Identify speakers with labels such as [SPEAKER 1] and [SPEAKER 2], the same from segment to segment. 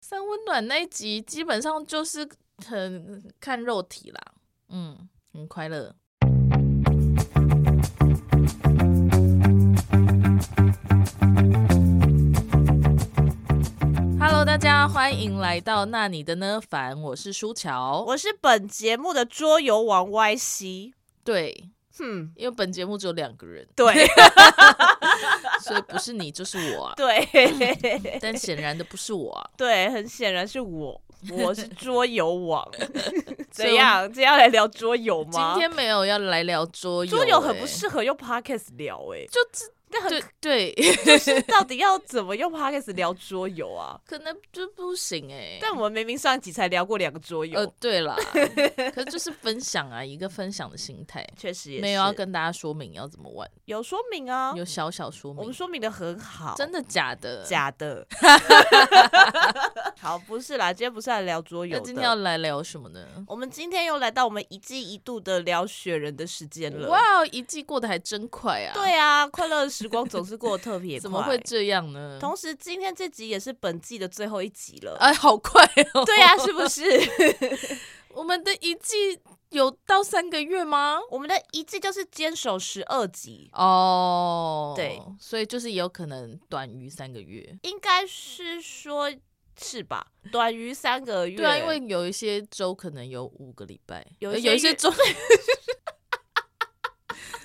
[SPEAKER 1] 三温暖那一集基本上就是很看肉体啦，嗯，很快乐。Hello，大家欢迎来到那你的呢？凡，我是舒乔。
[SPEAKER 2] 我是本节目的桌游王 YC。
[SPEAKER 1] 对，
[SPEAKER 2] 哼，
[SPEAKER 1] 因为本节目只有两个人，
[SPEAKER 2] 对。
[SPEAKER 1] 所以不是你就是我啊
[SPEAKER 2] 对
[SPEAKER 1] 但显然的不是我啊。
[SPEAKER 2] 对，很显然是我，我 是桌游王。
[SPEAKER 1] 所以我
[SPEAKER 2] 怎样？今天要来聊桌游
[SPEAKER 1] 今
[SPEAKER 2] 吗？
[SPEAKER 1] 天没有要来聊桌游、
[SPEAKER 2] 桌游很
[SPEAKER 1] 欸
[SPEAKER 2] 不适合用 Podcast 聊诶、
[SPEAKER 1] 就这
[SPEAKER 2] 那很
[SPEAKER 1] 对对，
[SPEAKER 2] 就是到底要怎么用 Podcast 聊桌游啊？
[SPEAKER 1] 可能就不行哎、
[SPEAKER 2] 但我们明明上一集才聊过两个桌游，
[SPEAKER 1] 呃，对 啦，可就是分享啊，一个分享的心态，
[SPEAKER 2] 确实也
[SPEAKER 1] 没有要
[SPEAKER 2] 是
[SPEAKER 1] 跟大家说明要怎么玩，
[SPEAKER 2] 有说明啊，
[SPEAKER 1] 有小小说
[SPEAKER 2] 我们
[SPEAKER 1] 明，
[SPEAKER 2] 说明的很好，
[SPEAKER 1] 真的假的？
[SPEAKER 2] 假 的。 好，不是啦，今天不是来聊桌游
[SPEAKER 1] 那
[SPEAKER 2] 的。
[SPEAKER 1] 今天要来聊什么呢？
[SPEAKER 2] 我们今天又来到我们一季一度的聊雪人的时间了。
[SPEAKER 1] 哇，一季过得还真快啊！
[SPEAKER 2] 对啊，快乐的时光总是过得特别 快。
[SPEAKER 1] 怎么会？这样呢？
[SPEAKER 2] 同时，今天这集也是本季的最后一集了。
[SPEAKER 1] 哎，好快哦！
[SPEAKER 2] 对啊，是不 是？
[SPEAKER 1] 我们的一季有到三个月吗？
[SPEAKER 2] 我们的一季就是坚守十二集，
[SPEAKER 1] 哦，
[SPEAKER 2] 对，
[SPEAKER 1] 所以就是也有可能短于三个月。
[SPEAKER 2] 应该是说是吧？短于三个月。
[SPEAKER 1] 对啊，因为有一些周可能有五个礼拜，
[SPEAKER 2] 有
[SPEAKER 1] 呃
[SPEAKER 2] 一些
[SPEAKER 1] 有一些
[SPEAKER 2] 月
[SPEAKER 1] 周。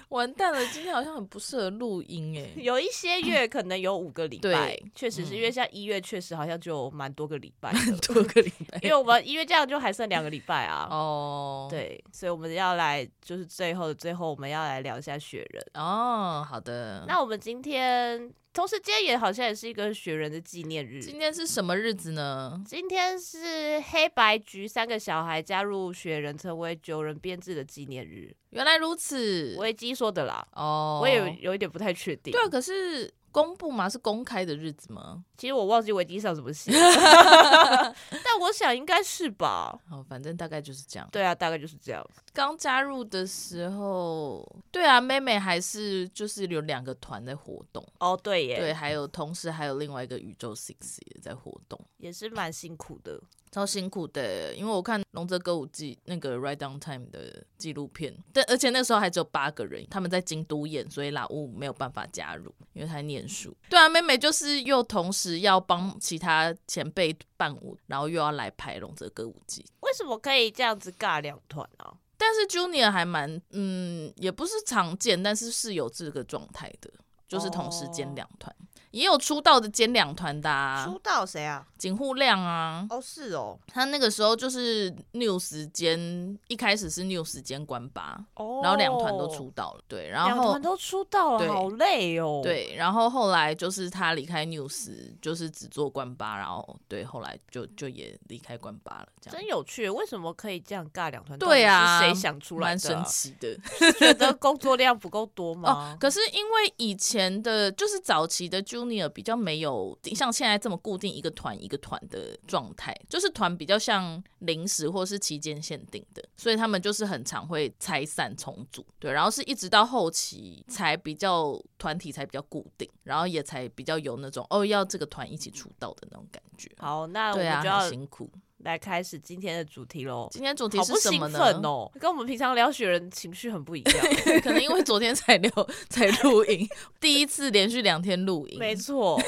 [SPEAKER 1] 完蛋了，今天好像很不适合录音哎。
[SPEAKER 2] 有一些月可能有五个礼拜
[SPEAKER 1] 对，
[SPEAKER 2] 确实是
[SPEAKER 1] 嗯，
[SPEAKER 2] 因为像一月确实好像就蛮多个礼拜的
[SPEAKER 1] 多个礼拜
[SPEAKER 2] 因为我们一月这样就还剩两个礼拜 啊。
[SPEAKER 1] 哦，，
[SPEAKER 2] 对，所以我们要来就是最后的最后，我们要来聊一下雪人。
[SPEAKER 1] 哦，好的。
[SPEAKER 2] 那我们今天，同时今天也好像也是一个雪人的纪念日。
[SPEAKER 1] 今天是什么日子呢？
[SPEAKER 2] 今天是黑白局三个小孩加入雪人成为九人编制的纪念日，
[SPEAKER 1] 原来如此。
[SPEAKER 2] 维基说的啦，
[SPEAKER 1] 哦，
[SPEAKER 2] 我也有有一点不太确定
[SPEAKER 1] 对。啊，可是公布嘛，是公开的日子吗？
[SPEAKER 2] 其实我忘记维基上怎么写， 但我想应该是吧。
[SPEAKER 1] 哦，反正大概就是这样。
[SPEAKER 2] 对啊，大概就是这样。
[SPEAKER 1] 刚加入的时候，对啊，妹妹还是就是有两个团在活动，
[SPEAKER 2] 哦，对耶，
[SPEAKER 1] 对，还有同时还有另外一个宇宙 Six 也在活动，
[SPEAKER 2] 也是蛮辛苦的。
[SPEAKER 1] 超辛苦的。欸因为我看《龙泽歌舞伎》那个 Ride Down Time 的纪录片，但而且那时候还只有八个人，他们在京都演，所以拉乌没有办法加入，因为他在念书。对啊，妹妹就是又同时要帮其他前辈伴舞，然后又要来排《龙泽歌舞伎》。
[SPEAKER 2] 为什么可以这样子尬两团啊？
[SPEAKER 1] 但是 Junior 还蛮，嗯，也不是常见，但是是有这个状态的，就是同时兼两团，也有出道的兼两团的、啊
[SPEAKER 2] 出，道谁啊？
[SPEAKER 1] 井户亮啊，
[SPEAKER 2] 哦，是哦，
[SPEAKER 1] 他那个时候就是 News 兼，一开始是 News 兼关八，
[SPEAKER 2] 哦
[SPEAKER 1] 然后两团都出，道了，对，然
[SPEAKER 2] 两
[SPEAKER 1] 后
[SPEAKER 2] 团。都出道
[SPEAKER 1] 对
[SPEAKER 2] 了，好累哦。，
[SPEAKER 1] 对，然后后来就是他离开 News，就是只做关八，然后对，后来就就也离开关八了，这
[SPEAKER 2] 真
[SPEAKER 1] 样
[SPEAKER 2] 有趣，为什么可以这样尬两团？
[SPEAKER 1] 对啊
[SPEAKER 2] 到底是谁想出来
[SPEAKER 1] 蛮
[SPEAKER 2] 的
[SPEAKER 1] 神
[SPEAKER 2] 啊？
[SPEAKER 1] 奇的。
[SPEAKER 2] 觉得工作量不够多
[SPEAKER 1] 哦
[SPEAKER 2] 吗，？
[SPEAKER 1] 可是因为以前的，就是早期的 Junior 比较没有像现在这么固定一个团一个团的状态，就是团比较像临时或是期间限定的，所以他们就是很常会拆散重组，对，然后是一直到后期才比较团体才比较固定，然后也才比较有那种哦要这个团一起出道的那种感觉。
[SPEAKER 2] 好，那我
[SPEAKER 1] 对啊，
[SPEAKER 2] 们就
[SPEAKER 1] 很
[SPEAKER 2] 要
[SPEAKER 1] 辛苦。
[SPEAKER 2] 来开始今天的主题喽。
[SPEAKER 1] 今天主题
[SPEAKER 2] 好
[SPEAKER 1] 是
[SPEAKER 2] 不
[SPEAKER 1] 什
[SPEAKER 2] 兴
[SPEAKER 1] 么呢？
[SPEAKER 2] 奋哦，跟我们平常聊雪人情绪很不 一样。
[SPEAKER 1] 可能因为昨天才聊才录音， 第一次连续两天录音，
[SPEAKER 2] 没错，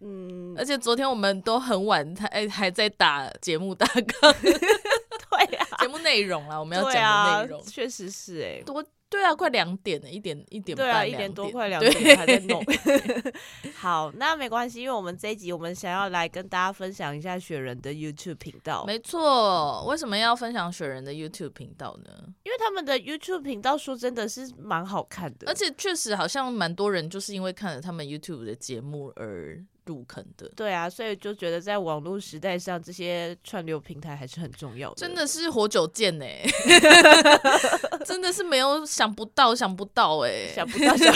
[SPEAKER 2] 嗯，
[SPEAKER 1] 而且昨天我们都很晚，还还在打节目大纲、
[SPEAKER 2] 对啊，
[SPEAKER 1] 节目内容啦，我们要
[SPEAKER 2] 对
[SPEAKER 1] 讲的
[SPEAKER 2] 啊
[SPEAKER 1] 内容。，
[SPEAKER 2] 确实是哎，
[SPEAKER 1] 多对啊，快两点了，一点一点半
[SPEAKER 2] 对啊，
[SPEAKER 1] 两
[SPEAKER 2] 一点多快两
[SPEAKER 1] 对
[SPEAKER 2] 点还在弄。 好，那没关系，因为我们这一集我们想要来跟大家分享一下雪人的 YouTube 频道，
[SPEAKER 1] 没错，为什么要分享雪人的 YouTube 频道呢？
[SPEAKER 2] 因为他们的 YouTube 频道说真的是蛮好看的，
[SPEAKER 1] 而且确实好像蛮多人就是因为看了他们 YouTube 的节目而入坑的，
[SPEAKER 2] 对啊，所以就觉得在网络时代上，这些串流平台还是很重要的。
[SPEAKER 1] 真，的是活久见 呢、真的是没有想不到，想不到哎、
[SPEAKER 2] 想不 到想，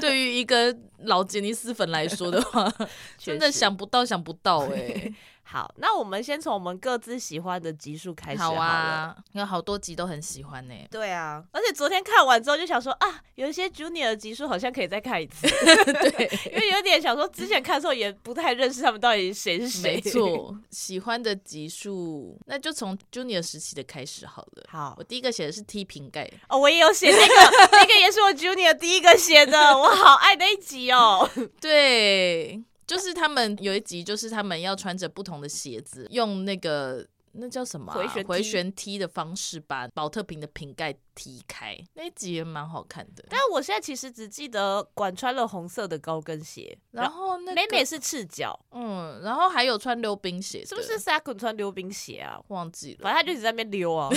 [SPEAKER 1] 对于一个老杰尼斯粉来说的话，真的
[SPEAKER 2] 确实
[SPEAKER 1] 想不到，想不到哎、
[SPEAKER 2] 好，那我们先从我们各自喜欢的集数开始好了。
[SPEAKER 1] 啊，有好多集都很喜欢 呢、
[SPEAKER 2] 对啊，而且昨天看完之后就想说啊，有一些 Junior 的集数好像可以再看一 次，
[SPEAKER 1] 对，
[SPEAKER 2] 因为有点想说之前看的时候也不太认识他们到底谁是谁。
[SPEAKER 1] 没，错，喜欢的集数，那就从 Junior 时期的开始好了。
[SPEAKER 2] 好
[SPEAKER 1] 我第一个写的是踢瓶盖，
[SPEAKER 2] 哦，我也有写那个，那个也是我 Junior 第一个写的，我好爱那一集哦。
[SPEAKER 1] 对，就是他们有一集，就是他们要穿着不同的鞋子，用那个那叫什么啊、
[SPEAKER 2] 回旋踢
[SPEAKER 1] 回旋踢的方式把保特瓶的瓶盖踢开，那一集也蛮好看的。
[SPEAKER 2] 但我现在其实只记得管穿了红色的高跟鞋，
[SPEAKER 1] 然后那个
[SPEAKER 2] 美美是赤脚，
[SPEAKER 1] 嗯，然后还有穿溜冰鞋的，
[SPEAKER 2] 是不是 s a k u 穿溜冰鞋啊？
[SPEAKER 1] 忘记了？
[SPEAKER 2] 反正他就一直在那边溜 啊，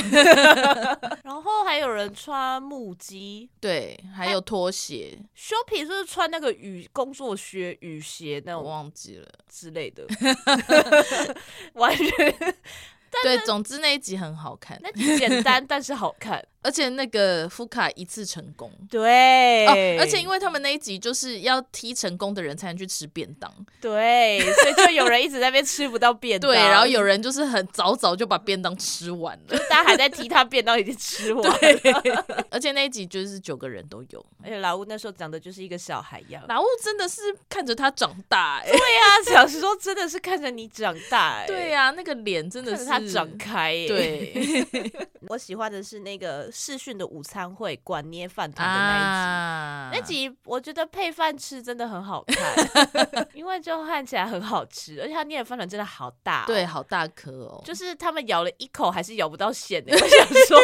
[SPEAKER 2] 然后还有人穿木屐，
[SPEAKER 1] 对，还有拖鞋，
[SPEAKER 2] 修皮是不是穿那个雨工作靴、雨鞋那
[SPEAKER 1] 我
[SPEAKER 2] 种
[SPEAKER 1] 忘记了。
[SPEAKER 2] 之类 的？完全
[SPEAKER 1] 对，总之那一集很好看，
[SPEAKER 2] 那简单，但是好看。
[SPEAKER 1] 而且那个福卡一次成功。
[SPEAKER 2] 对，
[SPEAKER 1] 哦，而且因为他们那一集就是要踢成功的人才能去吃便当，
[SPEAKER 2] 对，所以就有人一直在那边吃不到便当，
[SPEAKER 1] 对，然后有人就是很早早就把便当吃完了，
[SPEAKER 2] 大家还在提他便当已经吃完了，
[SPEAKER 1] 而且那一集就是九个人都有。
[SPEAKER 2] 而且老吴那时候长得就是一个小孩一 样。
[SPEAKER 1] 老雾真的是看着他长大、欸，
[SPEAKER 2] 对呀、小时候真的是看着你长大、哎，
[SPEAKER 1] 对、呀、那个脸真的
[SPEAKER 2] 看
[SPEAKER 1] 是
[SPEAKER 2] 着他长开、哎，
[SPEAKER 1] 对
[SPEAKER 2] 我喜欢的是那个视讯的午餐会管捏饭 团的那一集。
[SPEAKER 1] 嗯啊
[SPEAKER 2] 那集我觉得配饭吃真的很好看， 因为就看起来很好吃，而且它捏的饭团真的好大、哦
[SPEAKER 1] 对，，好大颗哦，就
[SPEAKER 2] 就是他 们咬了一口还是咬不到馅的、我 想 说，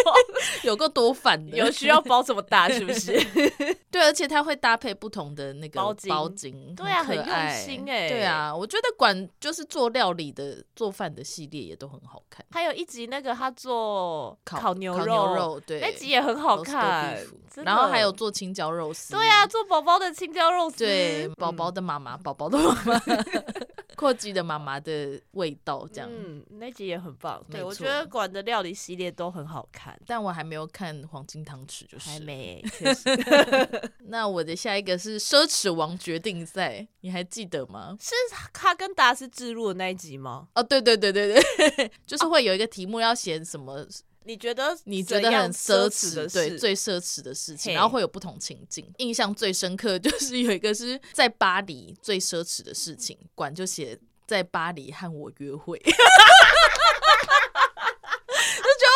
[SPEAKER 1] 有够多饭的，
[SPEAKER 2] 有需要包这么大是不是？
[SPEAKER 1] 对，而且它会搭配不同的那个
[SPEAKER 2] 包巾
[SPEAKER 1] 包巾
[SPEAKER 2] 对啊
[SPEAKER 1] 很可爱
[SPEAKER 2] 很用心欸
[SPEAKER 1] 对啊，我觉得管就是做料理的、做饭的系列也都很好看，
[SPEAKER 2] 还有一集那个他做
[SPEAKER 1] 烤
[SPEAKER 2] 牛
[SPEAKER 1] 烤牛肉，对，
[SPEAKER 2] 那集也很好看
[SPEAKER 1] roast beef，
[SPEAKER 2] 真的
[SPEAKER 1] 然后还有做青椒肉丝，
[SPEAKER 2] 对啊，做宝宝的青椒肉丝，
[SPEAKER 1] 对，宝
[SPEAKER 2] 嗯
[SPEAKER 1] 宝的妈妈，宝宝的妈妈， 阔吉的妈妈的味道这样。
[SPEAKER 2] 嗯，那集也很棒。
[SPEAKER 1] 没
[SPEAKER 2] 对，我
[SPEAKER 1] 错
[SPEAKER 2] 觉得馆的料理系列都很好看。
[SPEAKER 1] 但我还没有看《黄金汤匙》，就是
[SPEAKER 2] 还
[SPEAKER 1] 了。
[SPEAKER 2] 没，确实
[SPEAKER 1] 那我的下一个是《奢侈王决定赛》，你还记得吗？
[SPEAKER 2] 是哈根达斯置入的那一集吗？
[SPEAKER 1] 哦，对对对对对， 就是
[SPEAKER 2] 哦
[SPEAKER 1] 会有一个题目要写什么，
[SPEAKER 2] 你觉得
[SPEAKER 1] 你觉得
[SPEAKER 2] 怎样
[SPEAKER 1] 很奢
[SPEAKER 2] 侈的
[SPEAKER 1] 对，
[SPEAKER 2] 事
[SPEAKER 1] 最奢侈的事情，
[SPEAKER 2] 嘿
[SPEAKER 1] 然后会有不同情境。印象最深刻 就是有一个是在巴黎最奢侈的事情，管就写在巴黎和我约会。 就觉得哦，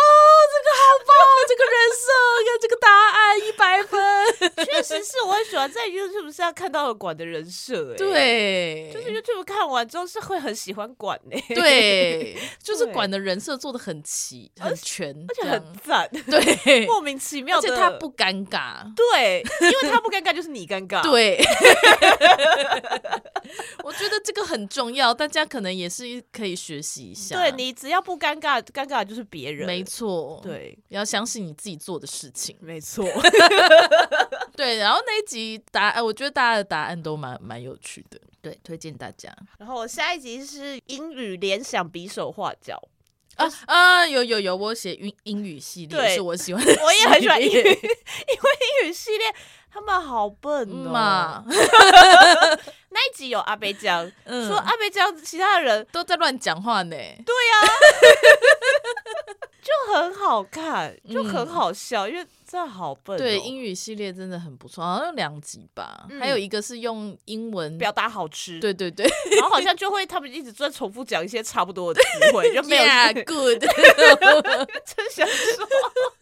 [SPEAKER 1] 这个好棒哦，这个人设跟这个答案一 百分，
[SPEAKER 2] 确实是我很喜欢在 YouTube 上看到的馆的人设、哎，，
[SPEAKER 1] 对，
[SPEAKER 2] 就是 YouTube 看完之后是会很喜欢馆的、哎，
[SPEAKER 1] 对，就是
[SPEAKER 2] 对
[SPEAKER 1] 管的人设做的很齐很全，
[SPEAKER 2] 而且
[SPEAKER 1] 这
[SPEAKER 2] 很
[SPEAKER 1] 样
[SPEAKER 2] 赞，
[SPEAKER 1] 对，
[SPEAKER 2] 莫名其妙
[SPEAKER 1] 而
[SPEAKER 2] 的，
[SPEAKER 1] 且他不尴尬，
[SPEAKER 2] 对，因为他不尴尬就是你尴尬，，
[SPEAKER 1] 对，我觉得这个很重要，大家可能也是可以学习一下。
[SPEAKER 2] 对你只要不尴尬，尴尬的就是别人，
[SPEAKER 1] 没错，，
[SPEAKER 2] 对，
[SPEAKER 1] 要相信你自己做的事情。
[SPEAKER 2] 没错，
[SPEAKER 1] 对，然后那一集答案，我觉得大家的答案都蛮蛮有趣的，对，推荐大家。
[SPEAKER 2] 然后我下一集是英语联想比手画脚，
[SPEAKER 1] 啊啊，有有有，我有写英英语系列
[SPEAKER 2] 对
[SPEAKER 1] 是我喜欢的系列，
[SPEAKER 2] 我也很喜欢英语，因为英语系列他们好笨
[SPEAKER 1] 嗯
[SPEAKER 2] 哦。
[SPEAKER 1] 嘛，
[SPEAKER 2] 那一集有阿贝江、
[SPEAKER 1] 嗯
[SPEAKER 2] 说阿贝江其他的人
[SPEAKER 1] 都在乱讲话呢。对，
[SPEAKER 2] 就很好看，就
[SPEAKER 1] 嗯
[SPEAKER 2] 很好笑，因为真的好笨、哦。
[SPEAKER 1] 英语系列真的很不错，好像有两集吧，还
[SPEAKER 2] 嗯
[SPEAKER 1] 有一个是用英文
[SPEAKER 2] 表达好吃，，
[SPEAKER 1] 对对对，
[SPEAKER 2] 然后好像就会他们一直在重复讲一些差不多的词 汇，就没有
[SPEAKER 1] Yeah, good
[SPEAKER 2] 真想说，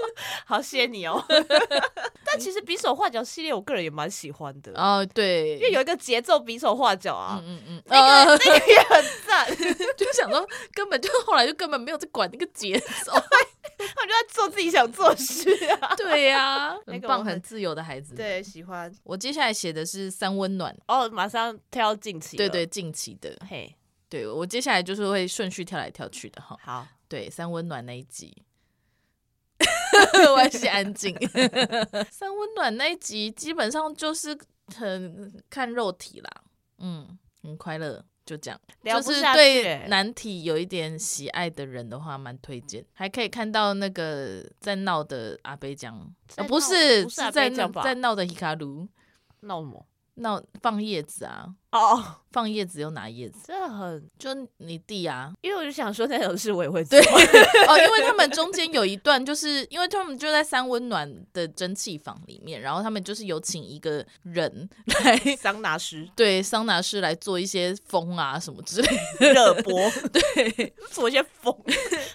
[SPEAKER 2] 好谢谢你 哦。但其实比手画脚系列，我个人也蛮喜欢的，
[SPEAKER 1] 哦，对，
[SPEAKER 2] 因为有一个节奏比手画脚啊，
[SPEAKER 1] 嗯嗯嗯，
[SPEAKER 2] 那
[SPEAKER 1] 呃
[SPEAKER 2] 个，那个也 很赞，
[SPEAKER 1] 就想说根本就后来就根本没有在管那个节奏，
[SPEAKER 2] 他们就在做自己想做的事 啊。
[SPEAKER 1] 对呀、
[SPEAKER 2] 那
[SPEAKER 1] 很
[SPEAKER 2] 个
[SPEAKER 1] 棒
[SPEAKER 2] 我很
[SPEAKER 1] 很自由的孩子。，
[SPEAKER 2] 对，喜欢
[SPEAKER 1] 我接下来写的是三温暖，
[SPEAKER 2] 哦，马上跳要近期，
[SPEAKER 1] 对对，，近期的，
[SPEAKER 2] 嘿，
[SPEAKER 1] 对我接下来就是会顺序跳来跳去的哈。
[SPEAKER 2] 好，
[SPEAKER 1] 对，三温暖那一集。我还是安静。三温暖那一集基本上就是很看肉体啦，嗯，很快乐，就这样。
[SPEAKER 2] 聊
[SPEAKER 1] 就
[SPEAKER 2] 不
[SPEAKER 1] 是
[SPEAKER 2] 下去
[SPEAKER 1] 对
[SPEAKER 2] 欸
[SPEAKER 1] 难题有一点喜爱的人的话，蛮推荐。还可以看到那个在闹的阿贝江，
[SPEAKER 2] 在
[SPEAKER 1] 啊、
[SPEAKER 2] 闹
[SPEAKER 1] 不是
[SPEAKER 2] 不是
[SPEAKER 1] 是
[SPEAKER 2] 阿
[SPEAKER 1] 在
[SPEAKER 2] 贝酱
[SPEAKER 1] 闹
[SPEAKER 2] 吧
[SPEAKER 1] 在闹的伊卡鲁
[SPEAKER 2] 闹什么？
[SPEAKER 1] 那放叶子啊，
[SPEAKER 2] 哦，
[SPEAKER 1] 放叶子又拿叶子，
[SPEAKER 2] 真的很，
[SPEAKER 1] 就你弟啊，
[SPEAKER 2] 因为我就想说那种事我也会做
[SPEAKER 1] 对，， 哦，因为他们中间有一段，就是因为他们就在三温暖的蒸汽房里面，然后他们就是有请一个人来。
[SPEAKER 2] 桑拿师
[SPEAKER 1] 对桑拿师来做一些风啊什么之类的，
[SPEAKER 2] 热播， 对，做一些风，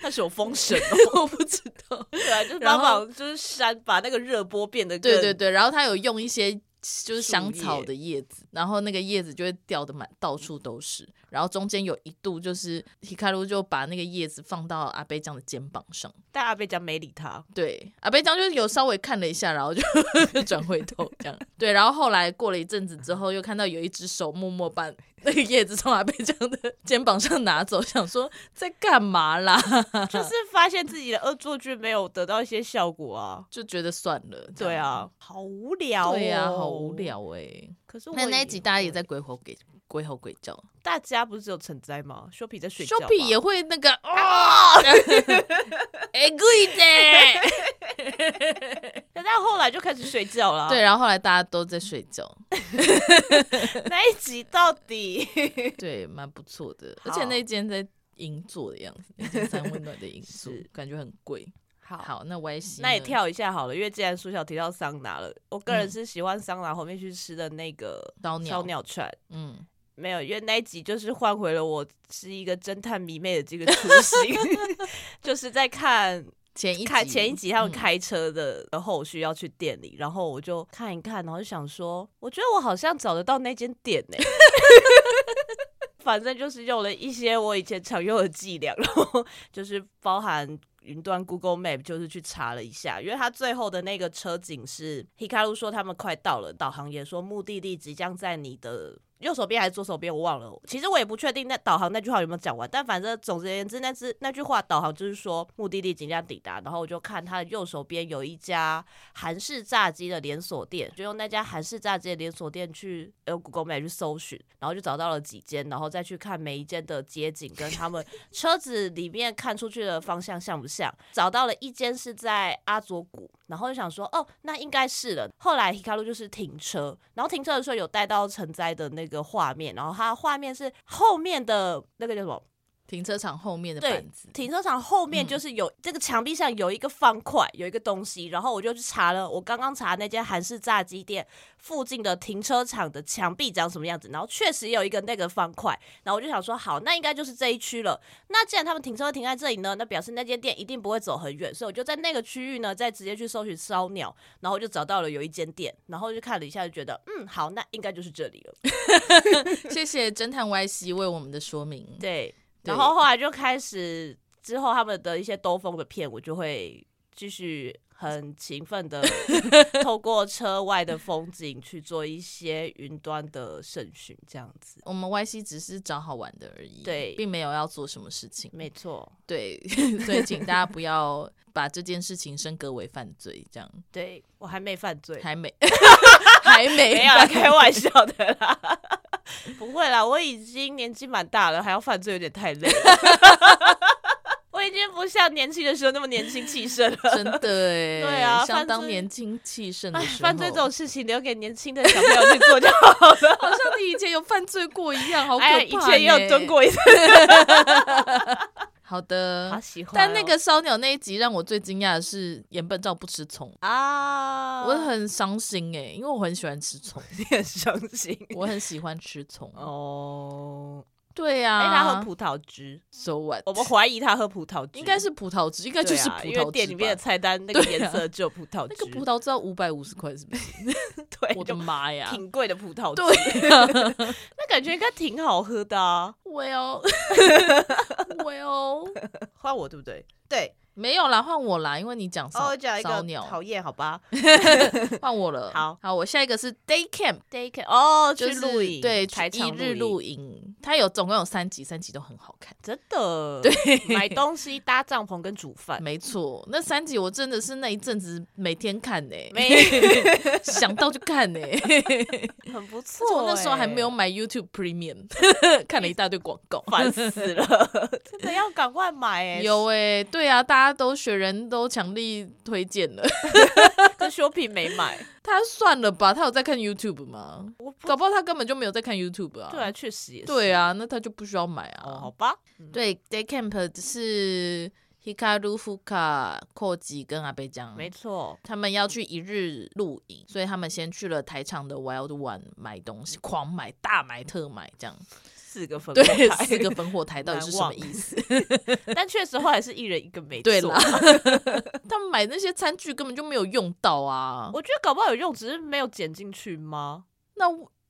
[SPEAKER 2] 那是有风神哦，
[SPEAKER 1] 我不知道。
[SPEAKER 2] 对啊，就是
[SPEAKER 1] 然
[SPEAKER 2] 帮
[SPEAKER 1] 后
[SPEAKER 2] 忙就是扇把那个热播变得更
[SPEAKER 1] 对对对，然后他有用一些就是
[SPEAKER 2] 树
[SPEAKER 1] 香草
[SPEAKER 2] 叶
[SPEAKER 1] 的叶子，然后那个叶子就会掉的满到处都是。然后中间有一度就是皮卡鲁就把那个叶子放到阿贝酱的肩膀上，
[SPEAKER 2] 但阿贝讲没理 他，
[SPEAKER 1] 对，阿贝酱就是有稍微看了一下，然后就 就转回头这样。对，然后后来过了一阵子之后，又看到有一只手默默把那个叶子从阿贝酱的肩膀上拿走，想说在干嘛啦，
[SPEAKER 2] 就是发现自己的恶作剧没有得到一些效果啊。
[SPEAKER 1] 就觉得算了。这
[SPEAKER 2] 对
[SPEAKER 1] 样，
[SPEAKER 2] 啊，好无聊、哦，
[SPEAKER 1] 对啊，好无。聊哎、
[SPEAKER 2] 可是我
[SPEAKER 1] 那那一
[SPEAKER 2] 也
[SPEAKER 1] 集大家也
[SPEAKER 2] 会
[SPEAKER 1] 在，鬼吼鬼鬼吼鬼叫。
[SPEAKER 2] 大家不是只有成灾吗？修皮在睡觉吧，
[SPEAKER 1] Shopee 也会 那个哦，哎贵的。
[SPEAKER 2] 可是他后来就开始睡觉了、
[SPEAKER 1] 对，，然后后来大家都在睡觉，
[SPEAKER 2] 那一集到底
[SPEAKER 1] 对，蛮不错的。
[SPEAKER 2] 好
[SPEAKER 1] 而且那间在银座的样子，那间三温暖的银座
[SPEAKER 2] 是，
[SPEAKER 1] 感觉很贵。
[SPEAKER 2] 好
[SPEAKER 1] 好，那 Y C
[SPEAKER 2] 那也
[SPEAKER 1] 呢，
[SPEAKER 2] 跳一下好了，因为既然苏小提到桑拿了，我个人
[SPEAKER 1] 嗯
[SPEAKER 2] 是喜欢桑拿后面去吃的那个
[SPEAKER 1] 烧鸟
[SPEAKER 2] 烧鸟串。
[SPEAKER 1] 嗯，
[SPEAKER 2] 没有，因为那一集就是换回了我是一个侦探迷妹的这个 初心， 就是在看
[SPEAKER 1] 前一
[SPEAKER 2] 看前一集他
[SPEAKER 1] 嗯
[SPEAKER 2] 们开车的后续要去店里，然后我就看一看，然后就想说，我觉得我好像找得到那间店呢、 反正就是用了一些我以前常用的伎俩，然后就是包含云端 Google Map，就是去查了一下，因为他最后的那个车景是 Hikaru 说他们快到了，导航也说目的地即将在你的。右手边还是左手边，我忘了。其实我也不确定那导航那句话有没有讲完，但反正总之而言之，那只那句话导航就是说目的地即将抵达。然后我就看他的右手边有一家韩式炸鸡的连锁店，就用那家韩式炸鸡的连锁店去用 Google Map 去搜寻，然后就找到了几间，然后再去看每一间的街景跟他们车子里面看出去的方向像不像。找到了一间是在阿佐谷，然后就想说哦，那应该是了。后来 Hikaru 就是停车，然后停车的时候有带到成灾的那个画面，然后它的画面是后面的那个叫什么？
[SPEAKER 1] 停车场后面的
[SPEAKER 2] 对
[SPEAKER 1] 板 子，
[SPEAKER 2] 停车场后
[SPEAKER 1] 嗯
[SPEAKER 2] 面就是有、这个墙壁上有一个方块，有一个东西，然后我就去查了，我刚刚查那间韩式炸鸡店附近的停车场的墙壁长什么样子，然后确实有一个那个方块，然后我就想说，好，那应该就是这一区了。那既然他们停车停在这里呢，那表示那间店一定不会走很远，所以我就在那个区域呢，再直接去搜寻烧鸟，然后我就找到了有一间店，然后就看了一下，就觉得，嗯，好，那应该就是这里了。
[SPEAKER 1] 谢谢侦探 Y C 为我们的说明。
[SPEAKER 2] 对，
[SPEAKER 1] 对
[SPEAKER 2] 然后后来就开始之后他们的一些兜风的片，我就会继续很勤奋 的透过车外的风景去做一些云端的审讯，这样子。
[SPEAKER 1] 我们 Y C 只是找好玩的而已，
[SPEAKER 2] 对
[SPEAKER 1] 并没有要做什么事情。
[SPEAKER 2] 没错，
[SPEAKER 1] 对， 所以请大家不要把这件事情升格为犯罪，这样
[SPEAKER 2] 对我还没 犯罪，
[SPEAKER 1] 还 没还没
[SPEAKER 2] 没有啦，
[SPEAKER 1] 犯
[SPEAKER 2] 开玩笑的啦。 不会啦，我已经年纪蛮大了，还要犯罪有点太累了。 我已经不像年轻的时候那么年轻气盛了。
[SPEAKER 1] 真 的哎，
[SPEAKER 2] 对啊
[SPEAKER 1] 相
[SPEAKER 2] 犯
[SPEAKER 1] 当
[SPEAKER 2] 罪
[SPEAKER 1] 年轻气盛的
[SPEAKER 2] 哎，
[SPEAKER 1] 时候，
[SPEAKER 2] 犯罪 这种事情留给年轻的小朋友去做就好了。
[SPEAKER 1] 好像你以前有犯罪过一样，好可怕、
[SPEAKER 2] 哎，以前也有蹲。过一次，
[SPEAKER 1] 好哦的，
[SPEAKER 2] 喜欢哦
[SPEAKER 1] 但那个烧鸟那一集让我最惊讶的是岩本照不吃葱，
[SPEAKER 2] 啊，
[SPEAKER 1] 我很伤心哎、因为我很喜欢吃葱，
[SPEAKER 2] 很伤 心
[SPEAKER 1] 我很喜欢吃 葱。
[SPEAKER 2] 哦。
[SPEAKER 1] 对啊，
[SPEAKER 2] 哎，他喝葡萄汁，
[SPEAKER 1] so what？
[SPEAKER 2] 我们怀疑他喝葡萄汁，
[SPEAKER 1] 应该是葡萄汁，应该
[SPEAKER 2] 对
[SPEAKER 1] 就是
[SPEAKER 2] 啊
[SPEAKER 1] 葡
[SPEAKER 2] 因为
[SPEAKER 1] 萄
[SPEAKER 2] 店
[SPEAKER 1] 汁
[SPEAKER 2] 里面的
[SPEAKER 1] 吧。
[SPEAKER 2] 菜单那个
[SPEAKER 1] 对啊
[SPEAKER 2] 颜色只有葡萄
[SPEAKER 1] 那
[SPEAKER 2] 汁，
[SPEAKER 1] 个葡萄汁要五百五十块，是不是？
[SPEAKER 2] 对，
[SPEAKER 1] 我的
[SPEAKER 2] 就
[SPEAKER 1] 妈呀！
[SPEAKER 2] 挺贵的葡萄汁，
[SPEAKER 1] 对，
[SPEAKER 2] 那感觉应该挺好喝的啊。
[SPEAKER 1] 我 要，我要，
[SPEAKER 2] 换我对不对？对，
[SPEAKER 1] 没有啦，换我啦，因为你讲
[SPEAKER 2] 哦，
[SPEAKER 1] 烧
[SPEAKER 2] 我讲一
[SPEAKER 1] 烧
[SPEAKER 2] 个
[SPEAKER 1] 鸟，
[SPEAKER 2] 讨厌，好吧
[SPEAKER 1] 换我了。
[SPEAKER 2] 好，
[SPEAKER 1] 好，我下一个是 day camp，
[SPEAKER 2] ？Day camp 哦，
[SPEAKER 1] 就
[SPEAKER 2] 去
[SPEAKER 1] 是
[SPEAKER 2] 露营，
[SPEAKER 1] 对，去
[SPEAKER 2] 台
[SPEAKER 1] 一
[SPEAKER 2] 场
[SPEAKER 1] 日露营，它有总共有三集，三集都很好看。
[SPEAKER 2] 真的，对，买东西、搭帐篷跟 煮饭，
[SPEAKER 1] 没错，那三集我真的是那一阵子每天看呢、
[SPEAKER 2] 没，
[SPEAKER 1] 想到就看呢、
[SPEAKER 2] 很不错
[SPEAKER 1] 而且
[SPEAKER 2] 欸。
[SPEAKER 1] 我那时候还没有买 YouTube Premium，看 了一大堆广告。
[SPEAKER 2] 烦死了， 真的要赶快买 哎、
[SPEAKER 1] 有哎、对啊，大家都雪人都强力推荐了。
[SPEAKER 2] 跟 shopping 没买，
[SPEAKER 1] 他算了吧，他有在看 YouTube 吗？
[SPEAKER 2] 我不
[SPEAKER 1] 搞不好他根本就没有在看 YouTube 啊。
[SPEAKER 2] 对啊，确实也是。
[SPEAKER 1] 对，啊，那他就不需要买啊。
[SPEAKER 2] 哦，好吧，嗯
[SPEAKER 1] 对，Day Camp 是 Hikaru Fuka、k 吉跟阿贝江，
[SPEAKER 2] 没错。
[SPEAKER 1] 他们要去一日露营，所以他们先去了台场的 Wild One 买东西，狂买、大买、特买这样。
[SPEAKER 2] 四个分
[SPEAKER 1] 对
[SPEAKER 2] 过，台
[SPEAKER 1] 四个， 烽火 台到底是什么意思？
[SPEAKER 2] 但确实后来是一人一个没
[SPEAKER 1] 对
[SPEAKER 2] 错
[SPEAKER 1] 啦。，他们买那些餐具根本就没有用到啊。
[SPEAKER 2] 我觉得搞不好有用，只是没有剪进去吗？
[SPEAKER 1] 那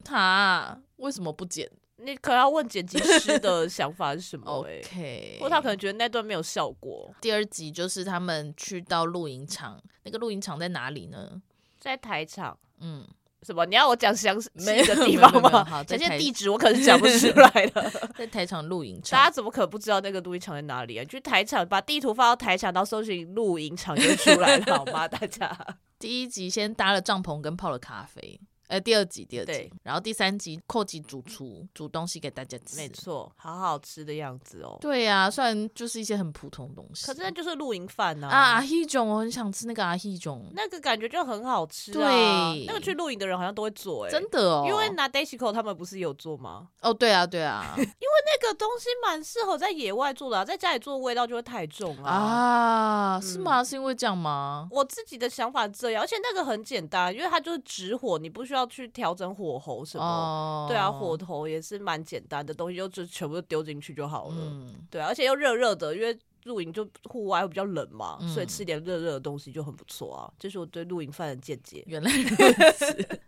[SPEAKER 1] 他为什么不剪
[SPEAKER 2] 你可能要问剪辑师 的想法是什么、欸？
[SPEAKER 1] ？OK，
[SPEAKER 2] 或他可能觉得那段没有效 果，
[SPEAKER 1] 第二集就是他们去到露营场，那个露营场在哪里呢？
[SPEAKER 2] 在台场
[SPEAKER 1] 嗯，
[SPEAKER 2] 什么？你要我讲详细
[SPEAKER 1] 没有
[SPEAKER 2] 的地方
[SPEAKER 1] 没有没有
[SPEAKER 2] 吗
[SPEAKER 1] 好？
[SPEAKER 2] 详
[SPEAKER 1] 在
[SPEAKER 2] 细
[SPEAKER 1] 台
[SPEAKER 2] 的地址我可是讲不出来 的。
[SPEAKER 1] 在台场露营
[SPEAKER 2] 大家
[SPEAKER 1] 场。
[SPEAKER 2] 怎么可能不知道那个露营场在哪里啊？你去台场把地图放到台场，然后搜寻露营场就出来了，好吗？大 家
[SPEAKER 1] 第一集先搭了帐篷跟泡了咖啡，呃，第二集第二集
[SPEAKER 2] 对，
[SPEAKER 1] 然后第三集扣集主厨煮东西给大家吃。
[SPEAKER 2] 没错，好好吃的样子哦。
[SPEAKER 1] 对呀、虽然就是一些很普通的东西，
[SPEAKER 2] 可是那就是露营饭呐、
[SPEAKER 1] 啊，阿希种我很想吃那个阿希种，
[SPEAKER 2] 那个感觉就很好吃、啊。
[SPEAKER 1] 对
[SPEAKER 2] 那个去露营的人好像都会做、欸，
[SPEAKER 1] 真的哦，
[SPEAKER 2] 因为拿 d a s i c o 他们不是有做吗？
[SPEAKER 1] 哦，对啊，对 啊，
[SPEAKER 2] 那个东西蛮适合在野外做的、啊，在家里做味道就会太重啊。
[SPEAKER 1] 啊，是吗？是因为这样吗？
[SPEAKER 2] 我自己的想法是这样，而且那个很简单，因为它就是直火，你不需要去调整火候什么。
[SPEAKER 1] 哦，
[SPEAKER 2] 对啊，火头也是蛮简单的东西，就就全部都丢进去就好了。
[SPEAKER 1] 嗯，
[SPEAKER 2] 对啊，而且又热热的，因为露营就户外会比较冷嘛，
[SPEAKER 1] 嗯
[SPEAKER 2] 所以吃点热热的东西就很不错啊。这是我对露营饭的见解，
[SPEAKER 1] 原来 如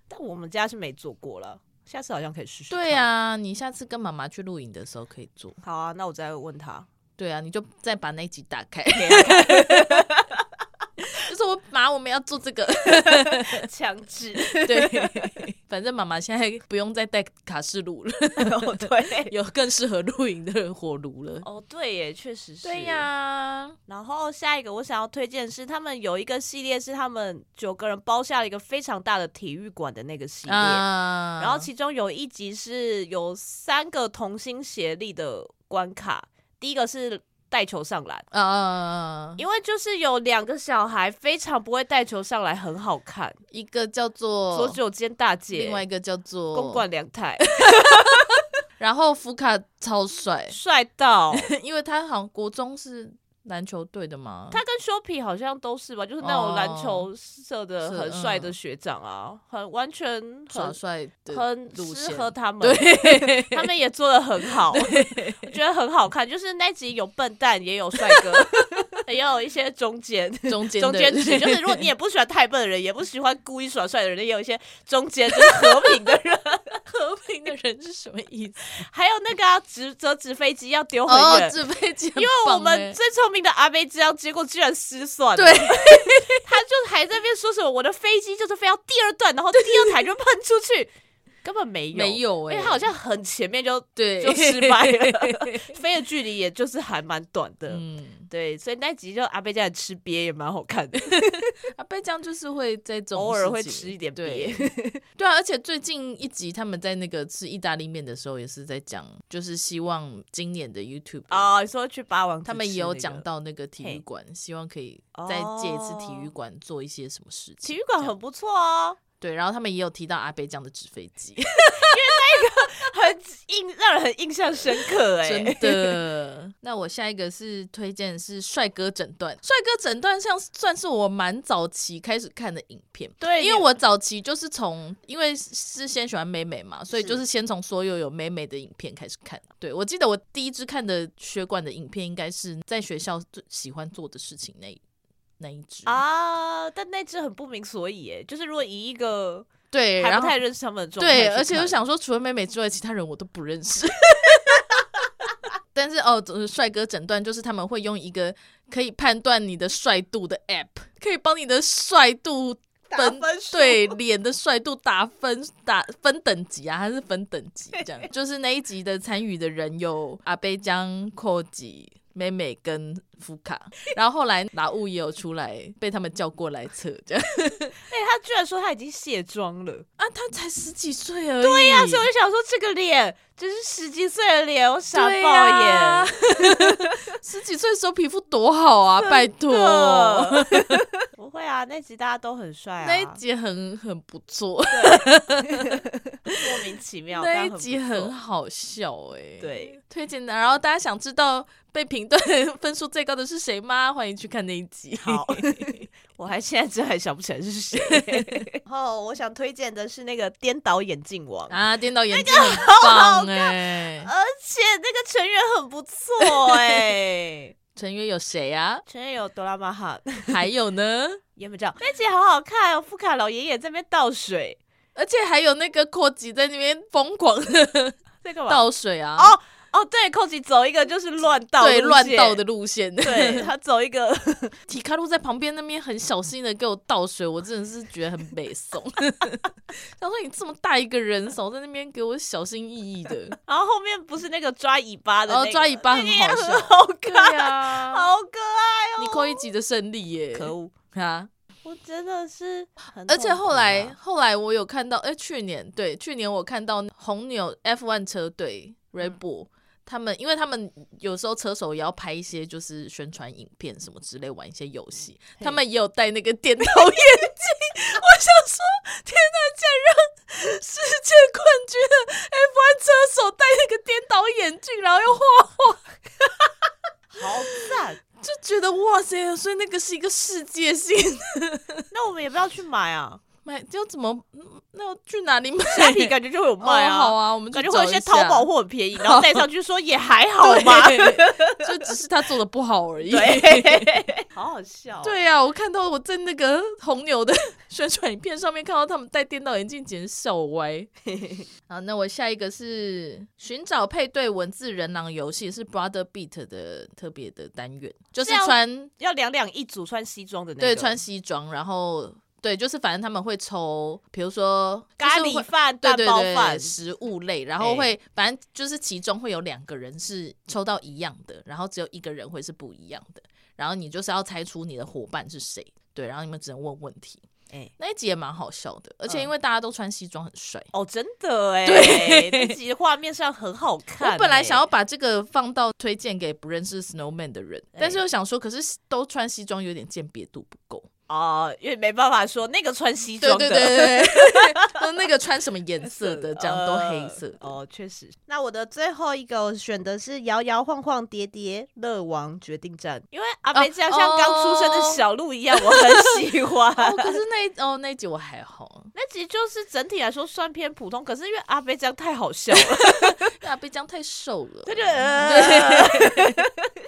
[SPEAKER 2] 但我们家是没做过了，下次好像可以试试。
[SPEAKER 1] 对、啊，你下次跟妈妈去露营的时候可以做。
[SPEAKER 2] 好啊，那我再问他。
[SPEAKER 1] 对啊，你就再把那一集打开，
[SPEAKER 2] 给他看
[SPEAKER 1] 就是我妈我们要做这个。
[SPEAKER 2] 强制，
[SPEAKER 1] 对， 反正妈妈现在不用再带卡式炉了，
[SPEAKER 2] 哦对，
[SPEAKER 1] 有更适合露营的火炉了。
[SPEAKER 2] 哦对耶，确实是。
[SPEAKER 1] 对呀、
[SPEAKER 2] 然后下一个我想要推荐的是他们有一个系列是他们九个人包下了一个非常大的体育馆的那个系列，
[SPEAKER 1] 啊
[SPEAKER 2] 然后其中有一集是有三个同心协力的关卡，第一个是带球上篮，
[SPEAKER 1] 啊啊，
[SPEAKER 2] 因为就是有两个小孩非常不会带球上来，很好看，
[SPEAKER 1] 一个叫做
[SPEAKER 2] 左九间大姐，
[SPEAKER 1] 另外一个叫做
[SPEAKER 2] 公馆良太，，
[SPEAKER 1] 然后福卡超帅
[SPEAKER 2] 帅到。
[SPEAKER 1] 因为他好像国中是篮球队的嘛。
[SPEAKER 2] 他跟修皮好像都是吧，就是那种篮球社的
[SPEAKER 1] 哦是嗯
[SPEAKER 2] 很帅的学长啊，很完全
[SPEAKER 1] 耍
[SPEAKER 2] 很
[SPEAKER 1] 帅的
[SPEAKER 2] 很
[SPEAKER 1] 路
[SPEAKER 2] 适
[SPEAKER 1] 线
[SPEAKER 2] 合他们，
[SPEAKER 1] 对，
[SPEAKER 2] 他们也做的很好，我觉得很好看。就是那集有笨蛋，也有帅 哥，也有一些中间。
[SPEAKER 1] 中间
[SPEAKER 2] 中
[SPEAKER 1] 的
[SPEAKER 2] 间值 就是，如果你也不喜欢太笨的人，也不喜欢故意耍帅的人，也有一些中间就是和平的人，
[SPEAKER 1] 和平的人是什么意思？
[SPEAKER 2] 还有那个啊，直折纸飞机要丢很
[SPEAKER 1] 哦，
[SPEAKER 2] 远，
[SPEAKER 1] 纸飞机很棒欸，
[SPEAKER 2] 因为我们最聪明的阿贝这样，结果居然失算了。
[SPEAKER 1] 对
[SPEAKER 2] 他就还在那边说什么我的飞机就是飞到第二段，然后第二台就喷出去， 根本没有
[SPEAKER 1] 没，有哎，
[SPEAKER 2] 因为他好像很前面就
[SPEAKER 1] 对
[SPEAKER 2] 就失败了， 飞的距离也就是还蛮短的。
[SPEAKER 1] 嗯，
[SPEAKER 2] 对，所以那集就阿贝家的吃鳖也蛮好看 的，
[SPEAKER 1] 阿贝酱啊就是会在这种
[SPEAKER 2] 偶尔
[SPEAKER 1] 事
[SPEAKER 2] 会
[SPEAKER 1] 情
[SPEAKER 2] 吃一点鳖
[SPEAKER 1] 对。 对啊，而且最近一集他们在那个吃意大利面的时候，也是在讲，就是希望今年的 YouTube
[SPEAKER 2] 哦。你说去霸王、
[SPEAKER 1] 他们也有讲。到那个体育
[SPEAKER 2] 嘿哦
[SPEAKER 1] 馆，希望可以再借一次体育馆做一些什么事情。
[SPEAKER 2] 体育
[SPEAKER 1] 这
[SPEAKER 2] 馆
[SPEAKER 1] 样
[SPEAKER 2] 很不错哦，
[SPEAKER 1] 对，然后他们也有提到阿贝酱的纸飞机，
[SPEAKER 2] 很印让人很印象深刻哎、
[SPEAKER 1] 真的。 那我下一个是推荐是帅哥诊断，帅哥诊断像算是我蛮早期开始看的影片。
[SPEAKER 2] 对，
[SPEAKER 1] 因为
[SPEAKER 2] 你
[SPEAKER 1] 我早期就是从，因为是先喜欢美美嘛，所以
[SPEAKER 2] 是
[SPEAKER 1] 就是先从所有有美美的影片开始看。啊对，我记得我第一支看的血管的影片，应该是在学校最喜欢做的事情那一那一支。
[SPEAKER 2] 啊，但那只很不明所以哎，就是如果以一个
[SPEAKER 1] 对，
[SPEAKER 2] 还
[SPEAKER 1] 然
[SPEAKER 2] 不
[SPEAKER 1] 后
[SPEAKER 2] 太认识他们的状态去
[SPEAKER 1] 对，
[SPEAKER 2] 看，
[SPEAKER 1] 而且我想说，除了妹妹之外，其他人我都不认识。 但是哦，总之帅哥诊断就是他们会用一个可以判断你的帅度的 app，可以帮你的帅度
[SPEAKER 2] 打
[SPEAKER 1] 分
[SPEAKER 2] 分数
[SPEAKER 1] 对脸的帅度打分打分等级啊，还是分等级这样？就是那一集的参与的人有阿贝江、寇吉、美美跟福卡，然后后来拿物也有出来被他们叫过来测这样
[SPEAKER 2] 哎、他居然说他已经卸妆了，
[SPEAKER 1] 啊，他才十几岁而已，对呀、
[SPEAKER 2] 但是我就想说这个脸，就是十几岁的脸，我傻爆
[SPEAKER 1] 对
[SPEAKER 2] 眼，，
[SPEAKER 1] 呀 十几岁的时候皮肤多好啊，拜托。
[SPEAKER 2] 啊 不会啊，那集大家都很帅啊，
[SPEAKER 1] 那一集很很不错，
[SPEAKER 2] 莫名其妙，
[SPEAKER 1] 那
[SPEAKER 2] 但
[SPEAKER 1] 一
[SPEAKER 2] 很
[SPEAKER 1] 集
[SPEAKER 2] 不错
[SPEAKER 1] 很好笑哎、，
[SPEAKER 2] 对，
[SPEAKER 1] 推荐的。然后大家想知道被评断分数最高的是谁吗？ 欢迎去看那一集。
[SPEAKER 2] 好， 我还现在真还想不起来是 谁。然后我想推荐的是那个颠倒眼镜王，
[SPEAKER 1] 啊，颠倒眼镜很棒哎、
[SPEAKER 2] 而且那个成员很不错哎，
[SPEAKER 1] 成员有谁啊？
[SPEAKER 2] 成员有哆啦 A 哈、
[SPEAKER 1] 还有呢？
[SPEAKER 2] 岩本照，那集好好看哦，富卡老爷爷在那边倒水，
[SPEAKER 1] 而且还有那个阔吉在那边疯狂的
[SPEAKER 2] 在干嘛？
[SPEAKER 1] 倒水啊，
[SPEAKER 2] 哦哦，对，寇吉走一个就是乱倒，
[SPEAKER 1] 对，乱倒的，路线。
[SPEAKER 2] 对他走一个，
[SPEAKER 1] 提卡路在旁边那边很小心的给我倒水，我真的是觉得很悲怂。 想说你这么大一个人，少在那边给我小心翼翼的。
[SPEAKER 2] 然后后面不是那个抓尾巴的、
[SPEAKER 1] 哦
[SPEAKER 2] 那个
[SPEAKER 1] 抓尾巴
[SPEAKER 2] 那个
[SPEAKER 1] 很
[SPEAKER 2] 也
[SPEAKER 1] 好
[SPEAKER 2] 很
[SPEAKER 1] 笑
[SPEAKER 2] 好
[SPEAKER 1] 对
[SPEAKER 2] 看，
[SPEAKER 1] 啊，
[SPEAKER 2] 好可爱
[SPEAKER 1] 你扣一集的胜利耶！
[SPEAKER 2] 哦，可恶。
[SPEAKER 1] 啊！
[SPEAKER 2] 我真的是很
[SPEAKER 1] 而
[SPEAKER 2] 痛苦啊、
[SPEAKER 1] 且后来后来我有看到，哎、去年对，去年我看到红牛 F1 车队
[SPEAKER 2] 嗯
[SPEAKER 1] Red Bull、他们，因为他们有时候车手也要拍一些就是宣传影片什么之类，玩一些游戏，
[SPEAKER 2] 嗯嘿
[SPEAKER 1] 他们也有戴那个电脑眼镜。 我想说，天哪，竟然让世界冠军的 F1 车手戴那个颠倒眼镜，然后又画画，
[SPEAKER 2] 好赞，
[SPEAKER 1] 就觉得哇塞！所以那个是一个世界性的
[SPEAKER 2] 那我们也不要去买啊，
[SPEAKER 1] 买，要怎么嗯那要去哪里买？
[SPEAKER 2] 虾皮感觉就会有卖啊，
[SPEAKER 1] 哦好啊，我们去
[SPEAKER 2] 感觉会有
[SPEAKER 1] 找
[SPEAKER 2] 些
[SPEAKER 1] 一
[SPEAKER 2] 淘
[SPEAKER 1] 下
[SPEAKER 2] 宝货很便宜， 然后带上去说也还好
[SPEAKER 1] 对
[SPEAKER 2] 嘛，
[SPEAKER 1] 就只是他做的不好而已。
[SPEAKER 2] 对，好好笑、， 哦
[SPEAKER 1] 对呀、我看到我在那个红牛的 宣传影片上面看到他们戴电脑眼镜，简直笑歪。 好，那我下一个是寻找配对文字人狼游戏，是 Brother Beat 的特别的单元，就是
[SPEAKER 2] 是要
[SPEAKER 1] 穿
[SPEAKER 2] 要两两一组穿西装的那个，
[SPEAKER 1] 对穿西装，然后对，就是反正他们会抽，比如说
[SPEAKER 2] 咖
[SPEAKER 1] 就是会
[SPEAKER 2] 喱饭、
[SPEAKER 1] 对
[SPEAKER 2] 蛋
[SPEAKER 1] 对
[SPEAKER 2] 包
[SPEAKER 1] 对，
[SPEAKER 2] 饭，
[SPEAKER 1] 食物类，然
[SPEAKER 2] 哎
[SPEAKER 1] 后会、反正就是其中会有两个人是抽到一样的，然后只有一个人会是不一样的，然后你就是要猜出你的伙伴是谁，对，然后你们只能问问题。
[SPEAKER 2] 哎
[SPEAKER 1] 那一集也蛮好笑的，而且
[SPEAKER 2] 嗯
[SPEAKER 1] 因为大家都穿西装很帅。
[SPEAKER 2] 哦，真的哎，对， 那集画面上很好看。哎欸
[SPEAKER 1] 我本来想要把这个放到推荐给不认识 Snowman 的人，但是
[SPEAKER 2] 哎
[SPEAKER 1] 又想说，可是都穿西装有点鉴别度不够。
[SPEAKER 2] 哦，因为没办法说那个穿西
[SPEAKER 1] 对
[SPEAKER 2] 装
[SPEAKER 1] 对
[SPEAKER 2] 的，
[SPEAKER 1] 对对 对，说那个穿什么颜色的，这样都黑色的。
[SPEAKER 2] 呃哦，确实。
[SPEAKER 3] 那我的最后一个我选的是摇摇晃晃叠叠乐王决定战，
[SPEAKER 2] 因为阿梅这样像
[SPEAKER 1] 哦
[SPEAKER 2] 刚出生的小鹿一样，我很喜 欢。
[SPEAKER 1] 哦，可是那一哦那一集我还好，
[SPEAKER 2] 那集就是整体来说算偏普通，可是因为阿贝这样太好笑了，
[SPEAKER 1] 对啊，被江太瘦了，
[SPEAKER 2] 他就呃，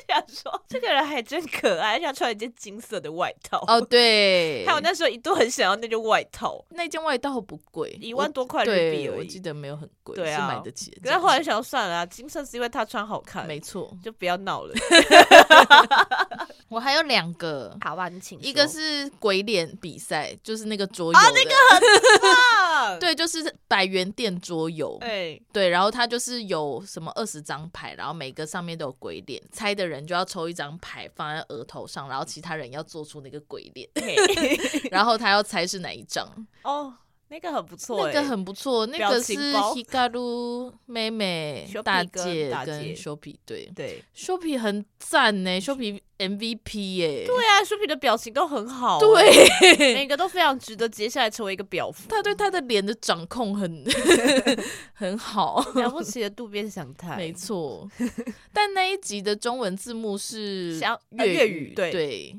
[SPEAKER 2] 想说这个人还真可爱，而且他穿了一件金色的外 套。
[SPEAKER 1] 哦，对，
[SPEAKER 2] 还有那时候一度很想要那件外套，
[SPEAKER 1] 那件外套不贵，
[SPEAKER 2] 一万多块
[SPEAKER 1] 我
[SPEAKER 2] 日
[SPEAKER 1] 对，
[SPEAKER 2] 币而
[SPEAKER 1] 我记
[SPEAKER 2] 已。
[SPEAKER 1] 得没有很贵，
[SPEAKER 2] 对
[SPEAKER 1] 是
[SPEAKER 2] 啊
[SPEAKER 1] 买得起的
[SPEAKER 2] 可
[SPEAKER 1] 价
[SPEAKER 2] 是
[SPEAKER 1] 钱。
[SPEAKER 2] 后来想说算了啊，金色是因为他穿好看，
[SPEAKER 1] 没错，
[SPEAKER 2] 就不要闹了。
[SPEAKER 1] 我还有两个，
[SPEAKER 2] 好吧，你请
[SPEAKER 1] 一个 是鬼脸比赛，就是那个桌游
[SPEAKER 2] 啊
[SPEAKER 1] 的，
[SPEAKER 2] 那啊，
[SPEAKER 1] 对，就是百元店桌游，
[SPEAKER 2] 哎，
[SPEAKER 1] 对，然后它就是有什么二十张牌，然后每个上面都有鬼脸，猜的人就要抽一张牌放在额头上，然后其他人要做出那个鬼脸， 然后他要猜是哪一张。
[SPEAKER 2] 哦，那个很不错，欸
[SPEAKER 1] 那个很不错，那
[SPEAKER 2] 表
[SPEAKER 1] 个是
[SPEAKER 2] 情包
[SPEAKER 1] Hikaru 妹妹
[SPEAKER 2] Shopee
[SPEAKER 1] 大
[SPEAKER 2] 跟
[SPEAKER 1] 姐
[SPEAKER 2] 大
[SPEAKER 1] 跟
[SPEAKER 2] 姐
[SPEAKER 1] Shopi 对
[SPEAKER 2] 对。
[SPEAKER 1] ，Shopi 很赞呢，Shopi MVP 耶，
[SPEAKER 2] 对啊，舒皮的表情都很好、欸，
[SPEAKER 1] 对，
[SPEAKER 2] 每个都非常值得接下来成为一个表夫。
[SPEAKER 1] 他对他的脸的掌控很 很好，
[SPEAKER 2] 了不起的渡边翔太，
[SPEAKER 1] 没错。 但那一集的中文字幕是
[SPEAKER 2] 想呃
[SPEAKER 1] 粤
[SPEAKER 2] 粤语对
[SPEAKER 1] 对，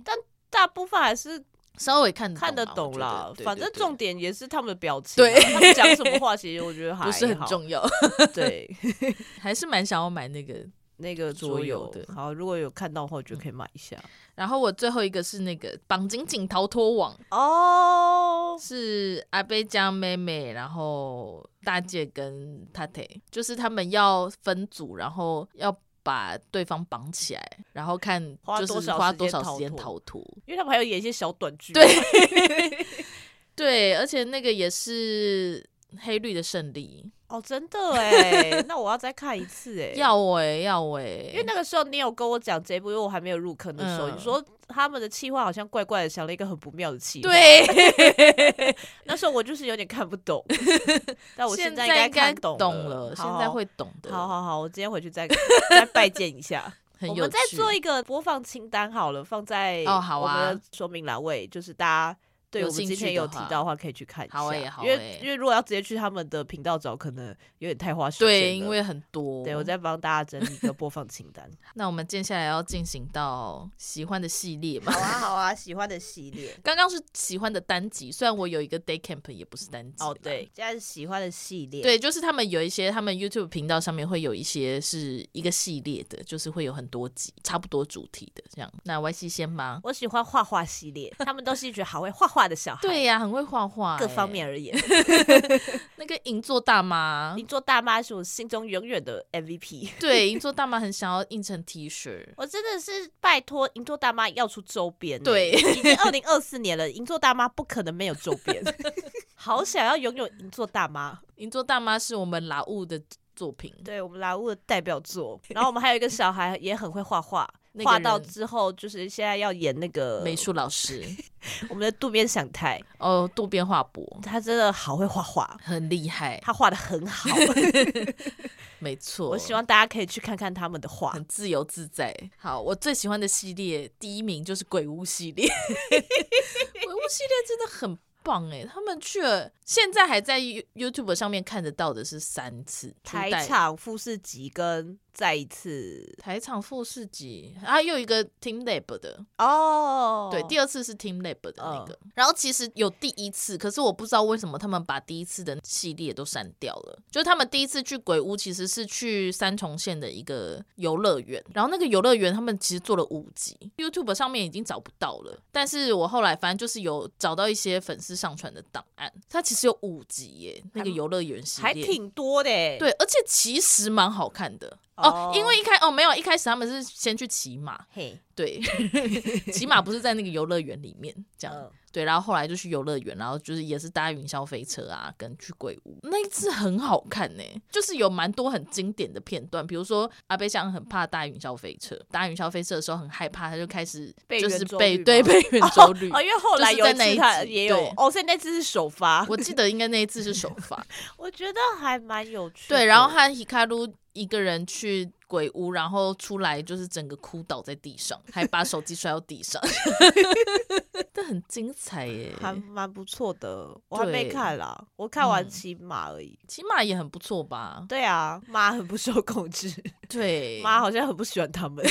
[SPEAKER 2] 大部分还是
[SPEAKER 1] 稍微看
[SPEAKER 2] 看得
[SPEAKER 1] 懂
[SPEAKER 2] 懂
[SPEAKER 1] 啦
[SPEAKER 2] 啦
[SPEAKER 1] 我觉得，对
[SPEAKER 2] 反
[SPEAKER 1] 对
[SPEAKER 2] 正
[SPEAKER 1] 对
[SPEAKER 2] 重点也是他们的表情啊、
[SPEAKER 1] 对
[SPEAKER 2] 他们讲什么话，其实我觉得还
[SPEAKER 1] 不是很
[SPEAKER 2] 好。
[SPEAKER 1] 重要，
[SPEAKER 2] 对，
[SPEAKER 1] 还是蛮想要买那个。
[SPEAKER 2] 那个
[SPEAKER 1] 桌
[SPEAKER 2] 桌游
[SPEAKER 1] 游的
[SPEAKER 2] 好，如果有看到的话，我觉得可以买一下。
[SPEAKER 1] 然后我最后一个是那个绑紧紧逃脱网。
[SPEAKER 2] 嗯哦，
[SPEAKER 1] 是阿贝江妹妹，然后大姐跟塔特，就是他们要分组，然后要把对方绑起来，然后看
[SPEAKER 2] 花
[SPEAKER 1] 就
[SPEAKER 2] 多
[SPEAKER 1] 是
[SPEAKER 2] 少
[SPEAKER 1] 花
[SPEAKER 2] 时
[SPEAKER 1] 多
[SPEAKER 2] 间
[SPEAKER 1] 少
[SPEAKER 2] 逃
[SPEAKER 1] 时间
[SPEAKER 2] 脱
[SPEAKER 1] 逃脱。
[SPEAKER 2] 因为他们还有演一些小短剧。
[SPEAKER 1] 对，对，而且那个也是黑绿的胜利，
[SPEAKER 2] 哦，真的 哎，那我 要再看一次哎。
[SPEAKER 1] 要哎、要哎、
[SPEAKER 2] 因为那个时候你有跟我讲这一部，因为我还没有入坑的时候，
[SPEAKER 1] 嗯
[SPEAKER 2] 你说他们的气划好像怪怪的，想了一个很不妙的气划。，
[SPEAKER 1] 对，
[SPEAKER 2] 那时候我就是有点看不 懂，但我
[SPEAKER 1] 现
[SPEAKER 2] 在
[SPEAKER 1] 在
[SPEAKER 2] 应
[SPEAKER 1] 应该
[SPEAKER 2] 看懂
[SPEAKER 1] 懂了，
[SPEAKER 2] 好
[SPEAKER 1] 现在。会懂的。
[SPEAKER 2] 好好好好，我今天回去再再拜见一下。
[SPEAKER 1] 很
[SPEAKER 2] 我
[SPEAKER 1] 有
[SPEAKER 2] 们
[SPEAKER 1] 趣。
[SPEAKER 2] 再做一个播放清单好了，放在
[SPEAKER 1] 哦好啊
[SPEAKER 2] 我们的说明栏位，就是大家。对
[SPEAKER 1] 有
[SPEAKER 2] 我们
[SPEAKER 1] 兴
[SPEAKER 2] 今
[SPEAKER 1] 趣
[SPEAKER 2] 天
[SPEAKER 1] 的
[SPEAKER 2] 有提
[SPEAKER 1] 话
[SPEAKER 2] 到的话，可以去看一下。
[SPEAKER 1] 好欸好
[SPEAKER 2] 因为
[SPEAKER 1] 欸
[SPEAKER 2] 因为如果要直接去他们的频道找，可能有点太花时间了。
[SPEAKER 1] 对，因为很多。
[SPEAKER 2] 对我再帮大家整理一个播放清单。
[SPEAKER 1] 那我们接下来要进行到喜欢的系列嘛
[SPEAKER 3] 好？啊好啊，喜欢的系 列。
[SPEAKER 1] 刚刚是喜欢的单集，虽然我有一个 day camp 也不是单集。
[SPEAKER 2] 哦，，对，
[SPEAKER 3] 现在是喜欢的系列，，
[SPEAKER 1] 对，就是他们有一些，他们 YouTube 频道上面会有一些是一个系列的，就是会有很多集，差不多主题的这样。那 YC 先吗？
[SPEAKER 2] 我喜欢画画系列，他们都是一群好会画画的小孩。
[SPEAKER 1] 对呀、很会画画、欸
[SPEAKER 2] 各方。面而言，
[SPEAKER 1] 那个银座大妈
[SPEAKER 2] 你，做大妈是我心中永远的 MVP。
[SPEAKER 1] 对，银座大妈很想要印成 T 恤。
[SPEAKER 2] 我真的是拜托银座大妈要出周边欸，
[SPEAKER 1] 对
[SPEAKER 2] 已经二零二四年了，银座大妈不可能没有周 边，好想要拥有银座大妈，
[SPEAKER 1] 银座大妈是我们拉物的作 品，
[SPEAKER 2] 对我们莱坞的代表作。 然后我们还有一个小孩也很会画画
[SPEAKER 1] 那，个
[SPEAKER 2] 画到
[SPEAKER 1] 人
[SPEAKER 2] 之后就是现在要演那个
[SPEAKER 1] 美，术老师
[SPEAKER 2] 我们的渡边祥太，
[SPEAKER 1] 哦，渡边画博
[SPEAKER 2] 他真的好会画 画，
[SPEAKER 1] 很厉害，
[SPEAKER 2] 他画的很 好，
[SPEAKER 1] 哦没错。
[SPEAKER 2] 我希望大家可以去看看他们的画。
[SPEAKER 1] 很自由自在。好，我最喜欢的系列第一名就是鬼屋系列， 鬼屋系列真的很棒哎、他们去了，现在还在 You- YouTube 上面看得到的是三次初
[SPEAKER 2] 台
[SPEAKER 1] 代
[SPEAKER 2] 场富士吉跟再一次
[SPEAKER 1] 台场富士集，啊，又有一个 Team Lab 的，
[SPEAKER 2] 哦
[SPEAKER 1] 对，第二次是 Team Lab 的那个。
[SPEAKER 2] 哦
[SPEAKER 1] 嗯然后其实有第一次，可是我不知道为什么他们把第一次的系列都删掉了。就是他们第一次去鬼屋，其实是去三重县的一个游乐园，然后那个游乐园他们其实做了五集，YouTube 上面已经找不到了。但是我后来反正就是有找到一些粉丝上传的档案，它其实有五集耶，那个游乐园系列
[SPEAKER 2] 还挺多的欸，
[SPEAKER 1] 对，而且其实蛮好看的哦
[SPEAKER 2] 哦
[SPEAKER 1] 因为一开哦没有，一开始他们是先去骑马，
[SPEAKER 2] 嘿，
[SPEAKER 1] 对， 起码不是在那个游乐园里面这样。
[SPEAKER 2] 嗯
[SPEAKER 1] 对，然后后来就去游乐园，然后就是也是搭云霄飞车啊，跟去鬼屋那一次很好看呢、就是有蛮多很经典的片段，比如说阿贝香很怕搭云霄飞车，搭云霄飞车的时候很害怕，他就开始
[SPEAKER 2] 被
[SPEAKER 1] 就是
[SPEAKER 2] 圆周
[SPEAKER 1] 被
[SPEAKER 2] 率
[SPEAKER 1] 对
[SPEAKER 2] 吗
[SPEAKER 1] 被圆周率。
[SPEAKER 2] 哦，因为后来有一
[SPEAKER 1] 就是在那一
[SPEAKER 2] 次
[SPEAKER 1] 集
[SPEAKER 2] 他也有
[SPEAKER 1] 对，
[SPEAKER 2] 哦，所以那次是首发，
[SPEAKER 1] 我记得应该那一次是首 发，
[SPEAKER 2] 我觉得还蛮有趣的。
[SPEAKER 1] 对，然后和 Hikaru 一个人去鬼屋，然后出来就是整个哭倒在地上，还把手机摔到地上， 这很精彩耶、
[SPEAKER 2] 还蛮不错的，我还没
[SPEAKER 1] 对
[SPEAKER 2] 看啦，我看完
[SPEAKER 1] 嗯
[SPEAKER 2] 骑马而已。
[SPEAKER 1] 起码也很不错吧？
[SPEAKER 2] 对啊，妈很不受控制，
[SPEAKER 1] 对，
[SPEAKER 2] 妈好像很不喜欢他 们。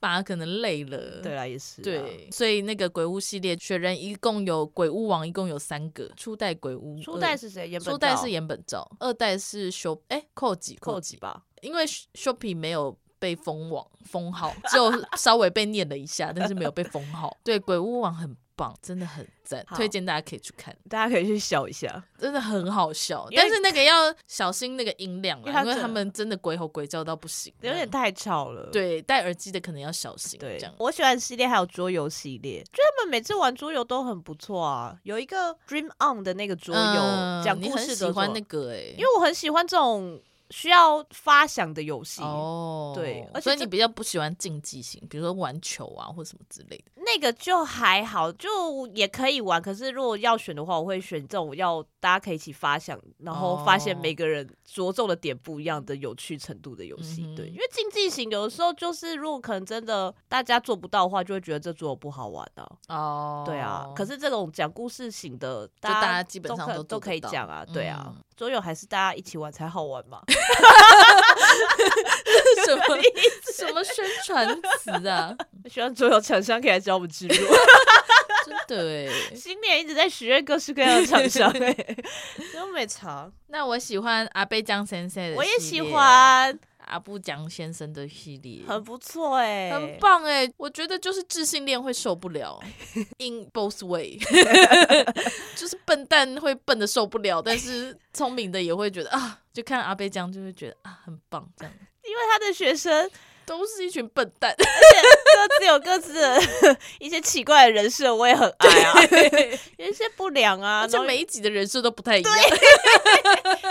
[SPEAKER 1] 爸可能累了。
[SPEAKER 2] 对啦，也是啊
[SPEAKER 1] 对，所以那个鬼屋系列，雪人一共有鬼屋王，一共有三个。初代鬼屋，
[SPEAKER 2] 初代
[SPEAKER 1] 二
[SPEAKER 2] 是谁？原本
[SPEAKER 1] 初代
[SPEAKER 2] 照
[SPEAKER 1] 是岩本照，二代是修哎扣几
[SPEAKER 2] 扣
[SPEAKER 1] 扣
[SPEAKER 2] 几
[SPEAKER 1] 几，
[SPEAKER 2] 吧？
[SPEAKER 1] 因为 Shoppy 没有。被封网封号，只有稍微被念了一 下，但是没有被封号。对，鬼屋王很棒，真的很赞，
[SPEAKER 2] 好
[SPEAKER 1] 推荐大家可以去看，
[SPEAKER 2] 大家可以去笑一下，
[SPEAKER 1] 真的很好笑。
[SPEAKER 2] 因为
[SPEAKER 1] 但是那个要小心那个音量
[SPEAKER 2] 因为
[SPEAKER 1] 啦，
[SPEAKER 2] 它
[SPEAKER 1] 因为
[SPEAKER 2] 真的
[SPEAKER 1] 他们真的鬼吼鬼叫到不行，
[SPEAKER 2] 有点太吵了。
[SPEAKER 1] 嗯对，戴耳机的可能要小心。
[SPEAKER 2] 对
[SPEAKER 1] 这样，
[SPEAKER 2] 我喜欢的系列还有桌游系列，就他们每次玩桌游都很不错啊。有一个 Dream On 的那个桌游，
[SPEAKER 1] 嗯
[SPEAKER 2] 讲、
[SPEAKER 1] 你
[SPEAKER 2] 故
[SPEAKER 1] 很
[SPEAKER 2] 事的
[SPEAKER 1] 喜欢
[SPEAKER 2] 什么
[SPEAKER 1] 那个哎、
[SPEAKER 2] 因为我很喜欢这种需要发想的游戏。
[SPEAKER 1] 哦，
[SPEAKER 2] 对而且
[SPEAKER 1] 所以
[SPEAKER 2] 这
[SPEAKER 1] 你比较不喜欢竞技型，比如说玩球啊或什么之类的。
[SPEAKER 2] 那个就还好，就也可以玩。可是如果要选的话，我会选这种要大家可以一起发想，然后发现
[SPEAKER 1] 哦
[SPEAKER 2] 每个人着重的点不一样的有趣程度的游戏。
[SPEAKER 1] 嗯哼
[SPEAKER 2] 对，因为竞技型有的时候就是，如果可能真的大家做不到的话，就会觉得这桌游不好玩啊。
[SPEAKER 1] 哦
[SPEAKER 2] 对啊，可
[SPEAKER 1] 是
[SPEAKER 2] 是这种讲故事型的，
[SPEAKER 1] 大
[SPEAKER 2] 家
[SPEAKER 1] 家基本上
[SPEAKER 2] 可
[SPEAKER 1] 都做
[SPEAKER 2] 都可以
[SPEAKER 1] 得到嗯
[SPEAKER 2] 讲啊。对啊，桌游还是大家一起玩才好玩嘛。
[SPEAKER 1] 什么什么宣传词啊？
[SPEAKER 2] 希望桌游厂商可以来找我们制作。
[SPEAKER 1] 真的哎。
[SPEAKER 2] 新年一直在许愿各式各样的厂商、欸，
[SPEAKER 3] 都没查。
[SPEAKER 1] 那我喜欢阿贝江先生的，
[SPEAKER 2] 我也喜，欢，
[SPEAKER 1] 阿布江先生的系列，
[SPEAKER 2] 很不错哎、
[SPEAKER 1] 很。棒哎、我觉得就是智性恋会受不了 ，in both way，就是笨蛋会笨的受不了，但 是聪明的也会觉得啊，就看阿贝江就会觉得啊很棒，这 样
[SPEAKER 2] 因为他的学生
[SPEAKER 1] 都是一群笨 蛋。
[SPEAKER 2] 各自有各自的 一些奇怪的人设，我也很爱啊， 有一些不良啊，
[SPEAKER 1] 而且
[SPEAKER 2] 然后
[SPEAKER 1] 每一集的人设都不太一样。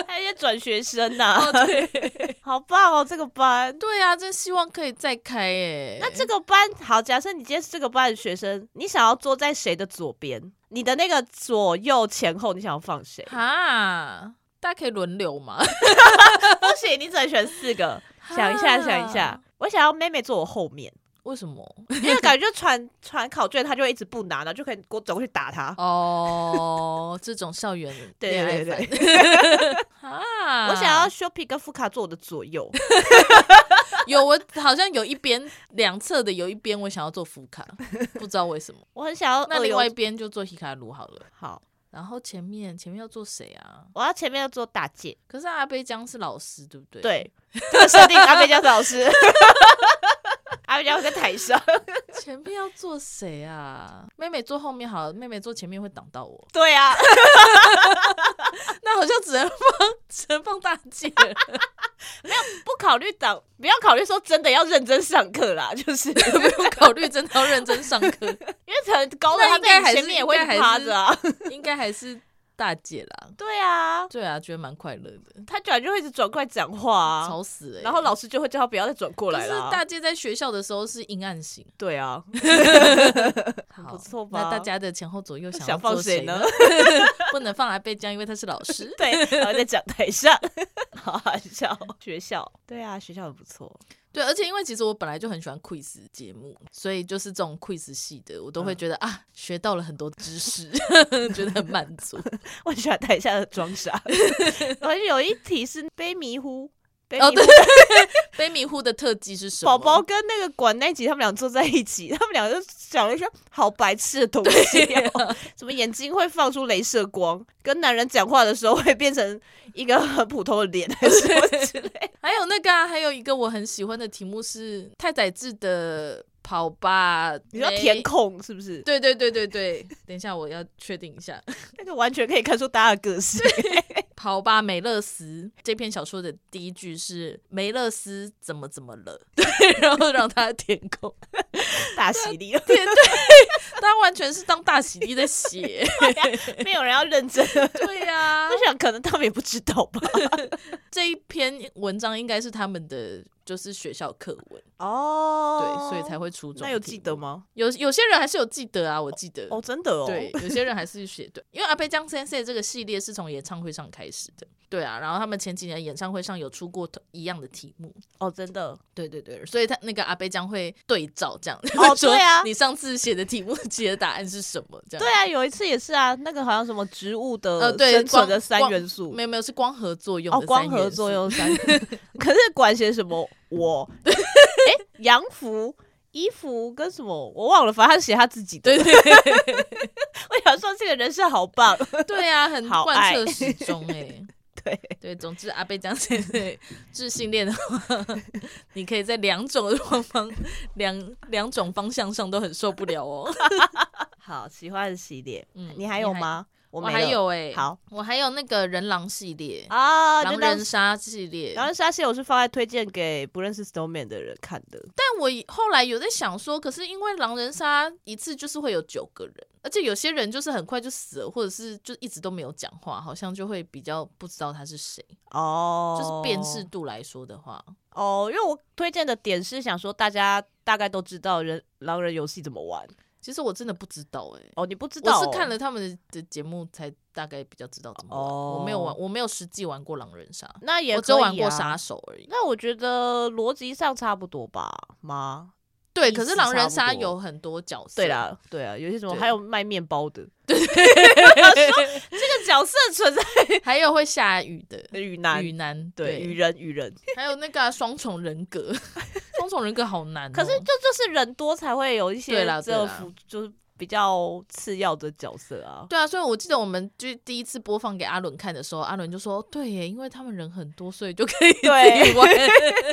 [SPEAKER 2] 还有一些转学生
[SPEAKER 1] 哦
[SPEAKER 2] 呐、啊， 好棒哦，这个班。
[SPEAKER 1] 对啊，真希望可以再开哎、？
[SPEAKER 2] 那这个班好，假设你今天是这个班的学生，你想要坐在谁的左边？你的那个左右前后，你想要放谁
[SPEAKER 1] 哈，大家可以轮流嘛？
[SPEAKER 2] 不行，你只能选四个。想一下，
[SPEAKER 1] 哈
[SPEAKER 2] 想一下，我想要妹妹坐我后面，
[SPEAKER 1] 为什么？
[SPEAKER 2] 因为感觉就传传考卷，她就会一直不拿，然后就可以我走过去打她。
[SPEAKER 1] 哦，这种校园
[SPEAKER 2] 对
[SPEAKER 1] 恋爱
[SPEAKER 2] 对对
[SPEAKER 1] 番啊，
[SPEAKER 2] 我想要 Shoppy 跟富卡坐我的左右，
[SPEAKER 1] 有我好像有一边两侧的有一边我想要做福 卡，不知道为什么。
[SPEAKER 2] 我很想要
[SPEAKER 1] 那
[SPEAKER 2] 二
[SPEAKER 1] 另
[SPEAKER 2] 游
[SPEAKER 1] 外一边就做皮卡鲁好了。
[SPEAKER 2] 好，
[SPEAKER 1] 然后前面前面要做谁啊？
[SPEAKER 2] 我要前面要坐大姐。
[SPEAKER 1] 可是阿贝江是老师，对不对？，
[SPEAKER 2] 对，这个设定阿贝江老师， 阿贝江在台 上。
[SPEAKER 1] 前面要做谁啊？妹妹坐后面好了，妹妹坐前面会挡到 我。
[SPEAKER 2] 对啊，
[SPEAKER 1] 那好像只能放只能放大姐 了，
[SPEAKER 2] 不考虑党，不要考虑说真的要认真上课啦，就是
[SPEAKER 1] 不用考虑真的要认真上课，
[SPEAKER 2] 因为很高的
[SPEAKER 1] 那
[SPEAKER 2] 他
[SPEAKER 1] 应该
[SPEAKER 2] 在
[SPEAKER 1] 还
[SPEAKER 2] 你
[SPEAKER 1] 是
[SPEAKER 2] 前面也会
[SPEAKER 1] 应该还是
[SPEAKER 2] 趴着啊。
[SPEAKER 1] 应该还是大姐啦。
[SPEAKER 2] 对啊，
[SPEAKER 1] 对啊，觉得蛮快乐的，
[SPEAKER 2] 他居然就会一直转过来讲话啊，
[SPEAKER 1] 吵死了、
[SPEAKER 2] 然后老师就会叫他不要再转过
[SPEAKER 1] 可
[SPEAKER 2] 来
[SPEAKER 1] 是
[SPEAKER 2] 了。
[SPEAKER 1] 大姐在学校的时候是阴暗型，
[SPEAKER 2] 对啊，很
[SPEAKER 1] 好
[SPEAKER 2] 不错吧？
[SPEAKER 1] 那大家的前后左右想要
[SPEAKER 2] 想放
[SPEAKER 1] 做
[SPEAKER 2] 谁
[SPEAKER 1] 谁呢
[SPEAKER 2] 呢？
[SPEAKER 1] 不能放阿贝江，因为他是老师。
[SPEAKER 2] 对，然后在讲台上， 好好笑。学校，对啊，学校很不错。
[SPEAKER 1] 对，而且因为其实我本来就很喜欢 quiz 节目，所以就是这种 quiz 系的，我都
[SPEAKER 2] 嗯
[SPEAKER 1] 会觉得、啊，学到了很多知识， 觉得很满足。
[SPEAKER 2] 我喜欢台下的装 傻。我有一题是杯迷糊，杯
[SPEAKER 1] 哦
[SPEAKER 2] 迷糊
[SPEAKER 1] 杯迷糊的特技是什么？
[SPEAKER 2] 宝宝跟那个管那集他们俩坐在一起，他们俩就讲了一些好白痴的东西、哦，什么眼睛会放出镭射光，跟男人讲话的时候会变成一个很普通的脸，还是 什么之类的。
[SPEAKER 1] 还有那个、啊，还有一个我很喜欢的题目是太宰治的跑吧，
[SPEAKER 2] 你说
[SPEAKER 1] 没
[SPEAKER 2] 填？空是不是？
[SPEAKER 1] 对对对对对，等一下我要确定一下，《
[SPEAKER 2] 那个完全可以看出大家的个性。
[SPEAKER 1] 跑吧梅勒斯》这篇小说的第一句是梅勒斯怎么怎么了， 对，然后让他填空，
[SPEAKER 2] 大喜力了，
[SPEAKER 1] 他完全是当大喜力在写，
[SPEAKER 2] 没有人要认真。我
[SPEAKER 1] 对呀、
[SPEAKER 2] 想可能他们也不知道吧。
[SPEAKER 1] 这一篇文章应该是他们的就是学校课文，对，
[SPEAKER 2] 哦
[SPEAKER 1] 所以才会出这种
[SPEAKER 2] 那有
[SPEAKER 1] 题
[SPEAKER 2] 记
[SPEAKER 1] 目
[SPEAKER 2] 得？吗？
[SPEAKER 1] 有有些人还是有记得啊，我记得。
[SPEAKER 2] 哦，真的哦。
[SPEAKER 1] 对，有些人还是写对，因为阿贝江先生这个系列是从演唱会上开始的，对啊，然后他们前几年演唱会上有出过同一样的题目，
[SPEAKER 2] 哦，真的。
[SPEAKER 1] 对对对，所以他那个阿贝江会对照这样，
[SPEAKER 2] 哦
[SPEAKER 1] 说
[SPEAKER 2] 对啊
[SPEAKER 1] 你上次写的题目 解的答案是什么？这样
[SPEAKER 2] 对啊，有一次也是啊，那个好像什么植物
[SPEAKER 1] 呃
[SPEAKER 2] 的
[SPEAKER 1] 对
[SPEAKER 2] 生存
[SPEAKER 1] 光
[SPEAKER 2] 的三
[SPEAKER 1] 光
[SPEAKER 2] 元素，
[SPEAKER 1] 没有没有是光合作用
[SPEAKER 2] 哦，
[SPEAKER 1] 的
[SPEAKER 2] 光
[SPEAKER 1] 三
[SPEAKER 2] 合
[SPEAKER 1] 元
[SPEAKER 2] 作
[SPEAKER 1] 素，
[SPEAKER 2] 用三，可是管写什么我？ 哎、洋服、衣服跟什么我忘了，反正他写他自己的。
[SPEAKER 1] 对对对
[SPEAKER 2] 我想说这个人设好棒，
[SPEAKER 1] 对啊，很
[SPEAKER 2] 好
[SPEAKER 1] 贯
[SPEAKER 2] 爱
[SPEAKER 1] 彻始终哎、
[SPEAKER 2] 对，
[SPEAKER 1] 对，总之阿贝江先 生自性恋的话，你可以在两种方方两两种方向上都很受不了 哦。
[SPEAKER 2] 好喜欢的系列。
[SPEAKER 1] 嗯
[SPEAKER 2] 你还有？吗？我
[SPEAKER 1] 我
[SPEAKER 2] 没
[SPEAKER 1] 还
[SPEAKER 2] 了
[SPEAKER 1] 有哎、
[SPEAKER 2] 好，
[SPEAKER 1] 我还有那个人狼系列、
[SPEAKER 2] 啊，就
[SPEAKER 1] 狼
[SPEAKER 2] 当
[SPEAKER 1] 人杀系列，
[SPEAKER 2] 然后沙蟹我是放在推荐给不认识 Snowman 的人看的。
[SPEAKER 1] 但我以后来有在想说，可是因为狼人杀一次就是会有九个人，而且有些人就是很快就死了，或者是就一直都没有讲话，好像就会比较不知道他是谁。
[SPEAKER 2] 哦，
[SPEAKER 1] 就是辨识度来说的话，
[SPEAKER 2] 哦，因为我推荐的点是想说大家大概都知道人狼人游戏怎么玩。
[SPEAKER 1] 其实我真的不知道哎、
[SPEAKER 2] 哦，你不知道、
[SPEAKER 1] 我是看。了他们的节目才大概比较知道怎么玩。
[SPEAKER 2] 哦
[SPEAKER 1] 我没有玩，我没有实际玩过狼人杀，
[SPEAKER 2] 那也
[SPEAKER 1] 我只有
[SPEAKER 2] 可
[SPEAKER 1] 玩
[SPEAKER 2] 以
[SPEAKER 1] 过
[SPEAKER 2] 啊
[SPEAKER 1] 杀手而已。
[SPEAKER 2] 那我觉得逻辑上差不多吧，妈。
[SPEAKER 1] 对，
[SPEAKER 2] 意
[SPEAKER 1] 可是
[SPEAKER 2] 思
[SPEAKER 1] 狼人杀
[SPEAKER 2] 差不多
[SPEAKER 1] 有很多角色。
[SPEAKER 2] 对，啦，对啊，有些什么
[SPEAKER 1] 对
[SPEAKER 2] 还有卖面包的， 这个角色 存在
[SPEAKER 1] 还有会下雨的
[SPEAKER 2] 雨男
[SPEAKER 1] 雨，男，
[SPEAKER 2] 对雨人雨人，
[SPEAKER 1] 还有那个啊双、重人格， 双重人格好难哦、
[SPEAKER 2] 可是就就是人多才会有一
[SPEAKER 1] 对
[SPEAKER 2] 些
[SPEAKER 1] 啦对
[SPEAKER 2] 这
[SPEAKER 1] 啦
[SPEAKER 2] 辅就是比较次要的角色啊。
[SPEAKER 1] 对啊，所以我记得我们就第一次播放给阿伦看的时候，阿伦就说：“对耶，因为他们人很多，所以就可以自
[SPEAKER 2] 对
[SPEAKER 1] 己玩。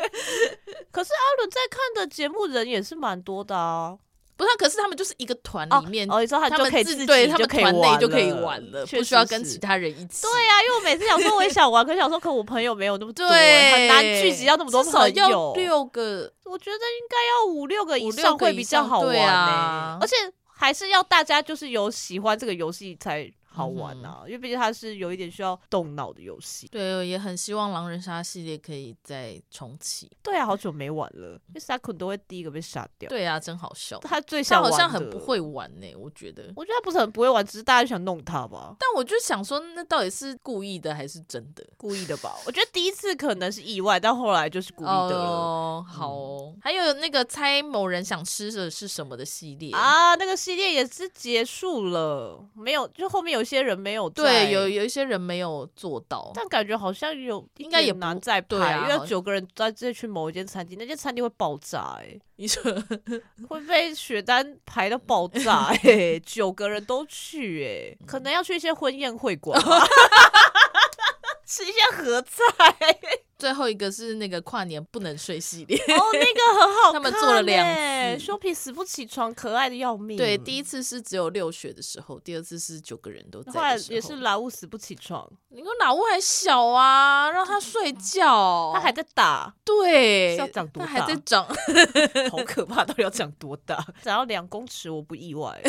[SPEAKER 2] 可是阿伦在看的节目人也是蛮多的啊，”
[SPEAKER 1] 不是啊、可是他们就是一个团
[SPEAKER 2] 哦
[SPEAKER 1] 里面，
[SPEAKER 2] 哦，你说他
[SPEAKER 1] 他
[SPEAKER 2] 就
[SPEAKER 1] 们
[SPEAKER 2] 可以
[SPEAKER 1] 自
[SPEAKER 2] 己
[SPEAKER 1] 对他
[SPEAKER 2] 就
[SPEAKER 1] 们
[SPEAKER 2] 可以
[SPEAKER 1] 团内
[SPEAKER 2] 玩
[SPEAKER 1] 就可以玩了，
[SPEAKER 2] 确
[SPEAKER 1] 不需要
[SPEAKER 2] 实
[SPEAKER 1] 跟
[SPEAKER 2] 是
[SPEAKER 1] 其他人一起。
[SPEAKER 2] 对啊，因为我每次想说我也想玩，可是想说可我朋友没有那么多，
[SPEAKER 1] 对，
[SPEAKER 2] 很难聚集到那么多
[SPEAKER 1] 至少
[SPEAKER 2] 朋
[SPEAKER 1] 要
[SPEAKER 2] 友。
[SPEAKER 1] 六个，
[SPEAKER 2] 我觉得应该要五六个
[SPEAKER 1] 五
[SPEAKER 2] 以
[SPEAKER 1] 六
[SPEAKER 2] 上
[SPEAKER 1] 个
[SPEAKER 2] 会
[SPEAKER 1] 以
[SPEAKER 2] 比较
[SPEAKER 1] 上
[SPEAKER 2] 好玩、
[SPEAKER 1] 对
[SPEAKER 2] 欸
[SPEAKER 1] 啊
[SPEAKER 2] 而且还是要大家就是有喜欢这个游戏才好
[SPEAKER 1] 嗯
[SPEAKER 2] 玩啊，因为毕竟它是有一点需要动脑的游戏。
[SPEAKER 1] 对，我也很希望狼人杀系列可以再重启。
[SPEAKER 2] 对啊，好久没玩了，因为沙捆都会第一个被杀掉。
[SPEAKER 1] 对啊，真好笑。
[SPEAKER 2] 他最
[SPEAKER 1] 他
[SPEAKER 2] 想
[SPEAKER 1] 好
[SPEAKER 2] 玩
[SPEAKER 1] 像
[SPEAKER 2] 的
[SPEAKER 1] 很不，会玩呢、我觉得。
[SPEAKER 2] 我觉得他不是很不会玩，只是大家就想弄他吧，
[SPEAKER 1] 但我就想说，那到底是故意的还是真的？
[SPEAKER 2] 故意的吧？我觉得第一次可能是意外，但后来就是故意的嗯了。
[SPEAKER 1] 哦，好哦。还有那个猜某人想吃的是什么的系列，
[SPEAKER 2] 啊，那个系列也是结束了，没有，就后面有些人没有在
[SPEAKER 1] 对，有有一些人没有做到。
[SPEAKER 2] 但感觉好像有一
[SPEAKER 1] 应该也
[SPEAKER 2] 点
[SPEAKER 1] 不
[SPEAKER 2] 难再
[SPEAKER 1] 对
[SPEAKER 2] 排，
[SPEAKER 1] 啊
[SPEAKER 2] 因为
[SPEAKER 1] 好
[SPEAKER 2] 要九个人再再去某一间餐厅，那间餐厅会爆炸哎、
[SPEAKER 1] 你说
[SPEAKER 2] 会被雪丹排到爆炸哎、 九个人都去哎、可
[SPEAKER 1] 嗯
[SPEAKER 2] 能要去一些婚宴会馆吧， 吃一些合菜
[SPEAKER 1] 最后一个是那个跨年不能睡系列，
[SPEAKER 2] 哦，那个很好看、欸，
[SPEAKER 1] 他们做了两次
[SPEAKER 2] 修皮死不起床，可爱的要命。
[SPEAKER 1] 欸对，第一次是只有六雪的时候，第二次是九个人都在
[SPEAKER 2] 后来
[SPEAKER 1] 的时候。
[SPEAKER 2] 也是莱乌死不起床，
[SPEAKER 1] 你说老吴还小啊，让他睡觉，
[SPEAKER 2] 他还在打，
[SPEAKER 1] 对，
[SPEAKER 2] 是要长多
[SPEAKER 1] 他还在
[SPEAKER 2] 大
[SPEAKER 1] 长，
[SPEAKER 2] 好可怕，到底要长多 大？长到两公尺我不意 外，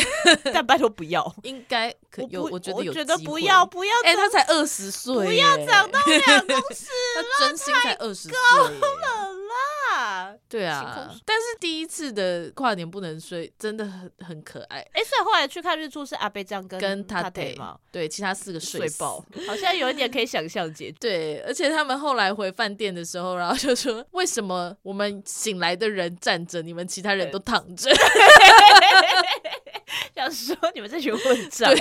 [SPEAKER 2] 但拜托不要，
[SPEAKER 1] 应该可
[SPEAKER 2] 我
[SPEAKER 1] 有，
[SPEAKER 2] 不
[SPEAKER 1] 觉得
[SPEAKER 2] 我
[SPEAKER 1] 有，
[SPEAKER 2] 觉得不要，不要
[SPEAKER 1] 哎、
[SPEAKER 2] 长
[SPEAKER 1] 他才二十岁，
[SPEAKER 2] 不要长到两公尺
[SPEAKER 1] 他真心才二十岁耶，
[SPEAKER 2] 了 啦。
[SPEAKER 1] 对
[SPEAKER 2] 晴
[SPEAKER 1] 啊
[SPEAKER 2] 空。
[SPEAKER 1] 但是第一次的跨年不能睡真的很很可爱，
[SPEAKER 2] 哎、所以后来去看日出是阿贝酱跟
[SPEAKER 1] 跟
[SPEAKER 2] 他
[SPEAKER 1] 他对
[SPEAKER 2] 嘛，
[SPEAKER 1] 对，其他四个睡
[SPEAKER 2] 睡
[SPEAKER 1] 死
[SPEAKER 2] 爆， 好像有一点可以想象结 局。
[SPEAKER 1] 对，而且他们后来回饭店的时候，然后就说：“为什么我们醒来的人站着，你们其他人都躺着
[SPEAKER 2] 想说你们这群混账，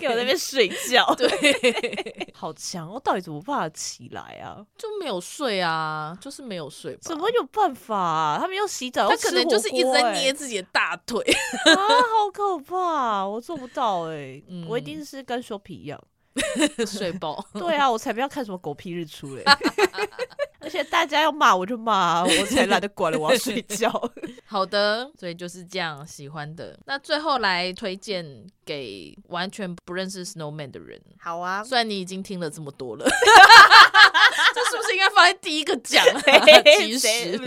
[SPEAKER 2] 给我在那边睡觉， 对， 好强哦！到底怎么办法起来啊？
[SPEAKER 1] 就没有睡啊？就是没有睡吧？
[SPEAKER 2] 怎么有办法、啊？他们又洗澡，
[SPEAKER 1] 他
[SPEAKER 2] 又吃
[SPEAKER 1] 可能就是一直
[SPEAKER 2] 火锅
[SPEAKER 1] 在
[SPEAKER 2] 欸
[SPEAKER 1] 捏自己的大 腿。
[SPEAKER 2] 啊，好可怕、我做不到哎、
[SPEAKER 1] 嗯
[SPEAKER 2] 我一定是跟修皮一 样。
[SPEAKER 1] 睡爆，
[SPEAKER 2] 对啊，我才不要看什么狗屁日 出嘞！而且大家要骂我就骂啊，我才懒得管了，我要睡 觉。
[SPEAKER 1] 好的，所以就是这样喜欢的。那最后来推荐给完全不认识 Snowman 的人，
[SPEAKER 3] 好 啊，
[SPEAKER 1] 虽然你已经听了这么多了， 这是不是应该放在第一个讲、 啊？其实，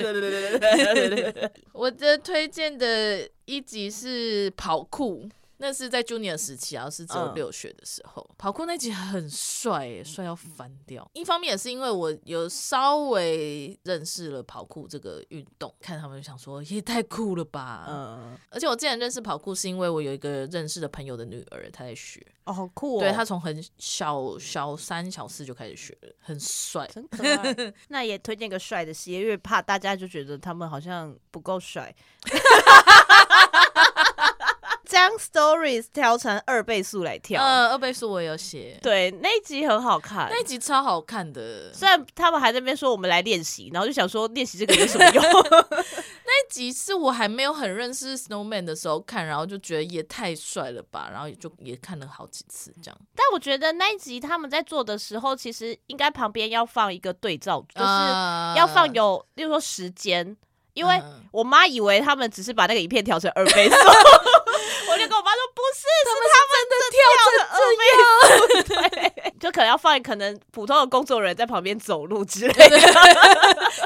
[SPEAKER 1] 我的推荐的一集是跑酷。那是在 junior 时期啊，是只有
[SPEAKER 2] 嗯
[SPEAKER 1] 六学的时候，跑酷那集很帅耶，帅到翻掉。一方面也是因为我有稍微认识了跑酷这个运动，看他们就想说也太酷了吧。
[SPEAKER 2] 嗯，
[SPEAKER 1] 而且我之前认识跑酷是因为我有一个认识的朋友的女儿，她在学，
[SPEAKER 2] 哦，好酷哦！
[SPEAKER 1] 对她从很小小三小四就开始学了，很帅。
[SPEAKER 2] 真 可爱。
[SPEAKER 3] 那也推荐个帅的系列，因为怕大家就觉得他们好像不够 帅。将 stories 调成二倍速来跳，
[SPEAKER 1] 呃，二倍速我也有写，
[SPEAKER 2] 对，那一集很好看。
[SPEAKER 1] 那一集超好看的。
[SPEAKER 2] 虽然他们还在那边说我们来练习，然后就想说练习这个有什么 用？
[SPEAKER 1] 那一集是我还没有很认识 Snowman 的时候看，然后就觉得也太帅了吧，然后也就也看了好几次这样。
[SPEAKER 2] 但我觉得那一集他们在做的时候，其实应该旁边要放一个对照，就是
[SPEAKER 1] 啊
[SPEAKER 2] 要放有，例如说时间，因为
[SPEAKER 1] 嗯
[SPEAKER 2] 我妈以为他们只是把那个影片调成二倍 速，我就跟我妈说不是，是他们真的跳成二倍速，对， 就可能要放可能普通的工作人员在旁边走路之类的，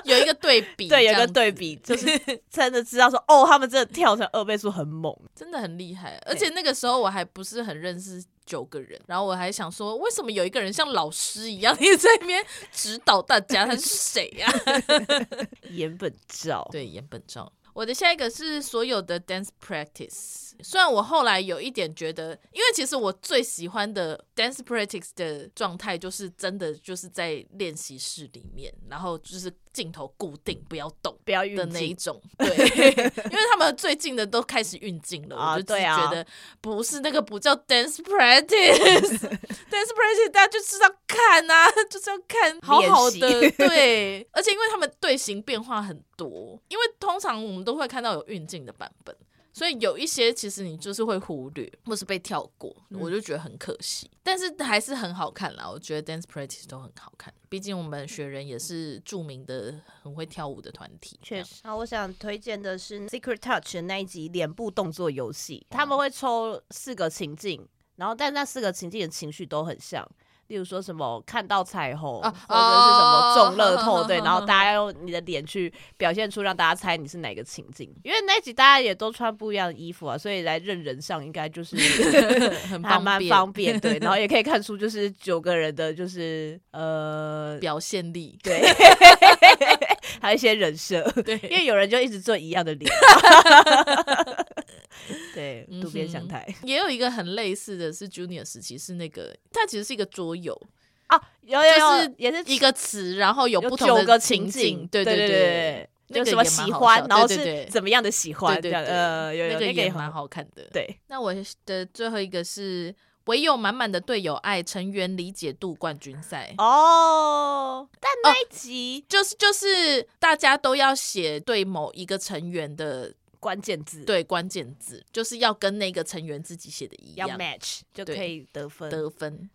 [SPEAKER 1] 有一个对比，
[SPEAKER 2] 对，有
[SPEAKER 1] 这
[SPEAKER 2] 一个
[SPEAKER 1] 样子
[SPEAKER 2] 对比，就是真的知道说哦，他们真的跳成二倍速很猛，
[SPEAKER 1] 真的很厉害。而且那个时候我还不是很认识九个人，然后我还想说，为什么有一个人像老师一样， 也在那边指导大家，他是谁呀、
[SPEAKER 2] 岩本照，
[SPEAKER 1] 对，岩本照。我的下一个是所有的 dance practice，虽然我后来有一点觉得，因为其实我最喜欢的 dance practice 的状态，就是真的就是在练习室里面，然后就是镜头固定不要动
[SPEAKER 2] 不要
[SPEAKER 1] 的
[SPEAKER 2] 运
[SPEAKER 1] 那一
[SPEAKER 2] 镜，
[SPEAKER 1] 种，对，因为他们最近的都开始运镜了，
[SPEAKER 2] 啊
[SPEAKER 1] 我就只
[SPEAKER 2] 对
[SPEAKER 1] 是
[SPEAKER 2] 啊
[SPEAKER 1] 觉得不是那个不叫 dance practice，dance practice 大家就是要看啊，就是要看好好的
[SPEAKER 2] 练，
[SPEAKER 1] 对，而且因为他们队形变化很多，因为通常我们都会看到有运镜的版本。所以有一些其实你就是会忽略，或是被跳过，
[SPEAKER 2] 嗯
[SPEAKER 1] 我就觉得很可惜。但是还是很好看啦，我觉得 dance practice 都很好看。毕竟我们学人也是著名的很会跳舞的团体，这
[SPEAKER 3] 确
[SPEAKER 1] 样
[SPEAKER 3] 实。好，我想推荐的是 Secret Touch 的那一集脸部动作游戏，
[SPEAKER 2] 他们会抽四个情境，然后但那四个情境的情绪都很像。例如说什么看到彩虹，
[SPEAKER 1] 啊
[SPEAKER 2] 或者是什么中乐
[SPEAKER 1] 哦
[SPEAKER 2] 透，对，
[SPEAKER 1] 哼
[SPEAKER 2] 然后
[SPEAKER 1] 哼
[SPEAKER 2] 大家用你的脸去表现出让大家猜你是哪个情境。因为那一集大家也都穿不一样的衣服啊，所以来认人上应该就是
[SPEAKER 1] 很
[SPEAKER 2] 还
[SPEAKER 1] 方
[SPEAKER 2] 蛮
[SPEAKER 1] 便
[SPEAKER 2] 方便，对，然后也可以看出就是九个人的就是呃。
[SPEAKER 1] 表现力。
[SPEAKER 2] 对，还有一些人设，
[SPEAKER 1] 对，
[SPEAKER 2] 因为有人就一直做一样的脸。 对，渡边
[SPEAKER 1] 嗯
[SPEAKER 2] 祥
[SPEAKER 1] 哼
[SPEAKER 2] 太
[SPEAKER 1] 也有一个很类似的是 Junior 时期，是那个它其实是一个桌游，
[SPEAKER 2] 啊，有有
[SPEAKER 1] 就
[SPEAKER 2] 有
[SPEAKER 1] 是，
[SPEAKER 2] 也是
[SPEAKER 1] 一个词，然后有
[SPEAKER 2] 有
[SPEAKER 1] 不同
[SPEAKER 2] 九
[SPEAKER 1] 的
[SPEAKER 2] 个情
[SPEAKER 1] 境，
[SPEAKER 2] 对
[SPEAKER 1] 对
[SPEAKER 2] 对
[SPEAKER 1] 对，那
[SPEAKER 2] 就
[SPEAKER 1] 个
[SPEAKER 2] 什么
[SPEAKER 1] 也蛮
[SPEAKER 2] 喜
[SPEAKER 1] 好
[SPEAKER 2] 欢
[SPEAKER 1] 笑，
[SPEAKER 2] 然后
[SPEAKER 1] 对对
[SPEAKER 2] 是
[SPEAKER 1] 对
[SPEAKER 2] 怎么样的喜欢，
[SPEAKER 1] 对对
[SPEAKER 2] 这样
[SPEAKER 1] 对，
[SPEAKER 2] 呃，有有
[SPEAKER 1] 那个
[SPEAKER 2] 也
[SPEAKER 1] 也
[SPEAKER 2] 很
[SPEAKER 1] 蛮好看的。
[SPEAKER 2] 对，
[SPEAKER 1] 那我的最后一个是唯有满满的队友爱，成员理解度冠军赛。
[SPEAKER 2] 哦，但那一集
[SPEAKER 1] 就是就是大家都要写对某一个成员的
[SPEAKER 2] 关键字
[SPEAKER 1] 对关键字，就是要跟那个成员自己写的一
[SPEAKER 2] 要
[SPEAKER 1] 样
[SPEAKER 2] match 就
[SPEAKER 1] 对
[SPEAKER 2] 可以得分。
[SPEAKER 1] 得分。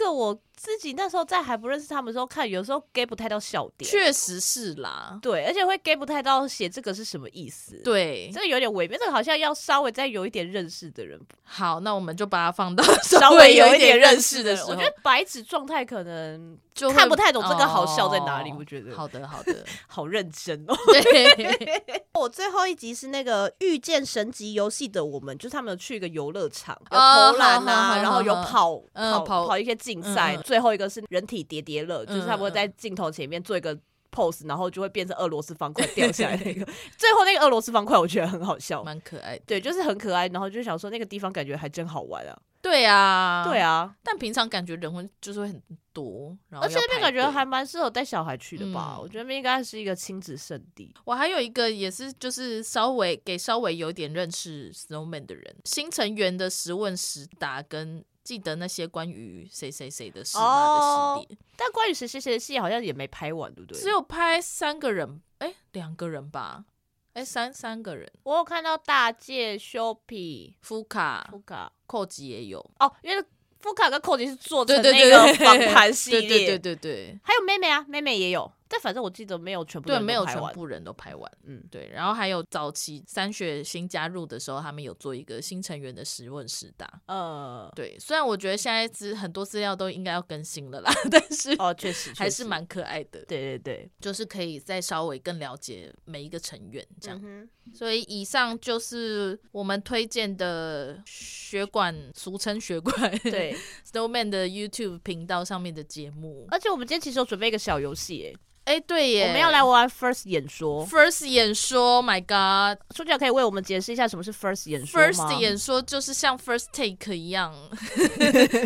[SPEAKER 2] 那个我自己那时候在还不认识他们的时候看，有时候 get 不太到笑点，
[SPEAKER 1] 确实是啦，
[SPEAKER 2] 对，而且会 get 不太到写这个是什么意思，，
[SPEAKER 1] 对
[SPEAKER 2] 这。个有点微妙，这个好像要稍微再有一点认识的人，
[SPEAKER 1] 好，那我们就把它放到
[SPEAKER 2] 稍
[SPEAKER 1] 微
[SPEAKER 2] 有
[SPEAKER 1] 一
[SPEAKER 2] 点
[SPEAKER 1] 认
[SPEAKER 2] 识
[SPEAKER 1] 的
[SPEAKER 2] 人
[SPEAKER 1] 时候，
[SPEAKER 2] 我觉得白纸状态可能
[SPEAKER 1] 就会
[SPEAKER 2] 看不太懂这个好笑在哪里，
[SPEAKER 1] 哦
[SPEAKER 2] 我觉得
[SPEAKER 1] 好的，好 的，
[SPEAKER 2] 好认真哦。
[SPEAKER 1] 对，
[SPEAKER 3] 我最后一集是那个遇见神级游戏的我们，就是他们有去一个游乐场，
[SPEAKER 2] 有
[SPEAKER 1] 哦
[SPEAKER 2] 投
[SPEAKER 1] 好
[SPEAKER 2] 篮
[SPEAKER 1] 好
[SPEAKER 2] 啊，
[SPEAKER 1] 好
[SPEAKER 2] 然后有
[SPEAKER 1] 好
[SPEAKER 2] 跑
[SPEAKER 1] 嗯
[SPEAKER 2] 跑
[SPEAKER 1] 跑
[SPEAKER 2] 跑一些竞赛
[SPEAKER 1] 嗯，嗯
[SPEAKER 2] 最后一个是人体叠叠乐，就是他们会
[SPEAKER 1] 嗯嗯
[SPEAKER 2] 在镜头前面做一个 pose，然后就会变成俄罗斯方 块掉下来那个。最后那个俄罗斯方块我觉得很好笑，
[SPEAKER 1] 蛮可爱的。
[SPEAKER 2] 对，就是很可爱，然后就想说那个地方感觉还真好玩啊，
[SPEAKER 1] 对啊，
[SPEAKER 2] 对。啊，
[SPEAKER 1] 但平常感觉人会就是会很多，然后
[SPEAKER 2] 而且那边
[SPEAKER 1] 要排
[SPEAKER 2] 感觉
[SPEAKER 1] 队
[SPEAKER 2] 还蛮适合带小孩去的吧，
[SPEAKER 1] 嗯
[SPEAKER 2] 我觉得那边应该是一个亲子圣地。
[SPEAKER 1] 我还有一个也是，就是稍微给稍微有点认识 Snowman 的人，新成员的十问十答跟记得那些关于谁谁谁的事吧的系列，
[SPEAKER 2] 但关于谁谁谁的戏好像也没拍完，哦对不对？
[SPEAKER 1] 只有拍三个人，哎，两个人吧，哎，三三个人，
[SPEAKER 2] 我有看到大介、修皮、
[SPEAKER 1] 福卡
[SPEAKER 2] 福、卡
[SPEAKER 1] 寇吉也有，
[SPEAKER 2] 哦，因为福卡跟寇吉是做成
[SPEAKER 1] 对对
[SPEAKER 2] 那
[SPEAKER 1] 对，对
[SPEAKER 2] 个 访谈系列，
[SPEAKER 1] 对对对对对。
[SPEAKER 2] 还有妹妹啊，妹妹也有，但反正我记得没有全部
[SPEAKER 1] 对，
[SPEAKER 2] 人都
[SPEAKER 1] 没有
[SPEAKER 2] 拍
[SPEAKER 1] 全
[SPEAKER 2] 完，
[SPEAKER 1] 部人都拍完。
[SPEAKER 2] 嗯，
[SPEAKER 1] 对，然后还有早期三雪新加入的时候，他们有做一个新成员的十问十答。
[SPEAKER 2] 呃，
[SPEAKER 1] 对，虽然我觉得现在资很多资料都应该要更新了啦， 但是
[SPEAKER 2] 哦，确实
[SPEAKER 1] 还
[SPEAKER 2] 确
[SPEAKER 1] 是
[SPEAKER 2] 实
[SPEAKER 1] 蛮可爱的，
[SPEAKER 2] 对对对，
[SPEAKER 1] 就是可以再稍微更了解每一个成员这样。
[SPEAKER 3] 嗯
[SPEAKER 1] 所以以上就是我们推荐的学馆，俗称学馆，
[SPEAKER 2] 对，
[SPEAKER 1] Snowman 的 YouTube 频道上面的节目。
[SPEAKER 2] 而且我们今天其实有准备一个小游戏耶，
[SPEAKER 1] 哎、对耶，
[SPEAKER 2] 呃我们要来玩 first 演说，
[SPEAKER 1] First 演说，My God。
[SPEAKER 2] 苏姐可以为我们解释一下什么是 first 演啊说
[SPEAKER 1] First
[SPEAKER 2] 吗
[SPEAKER 1] 的演说就是像 First Take 一 样，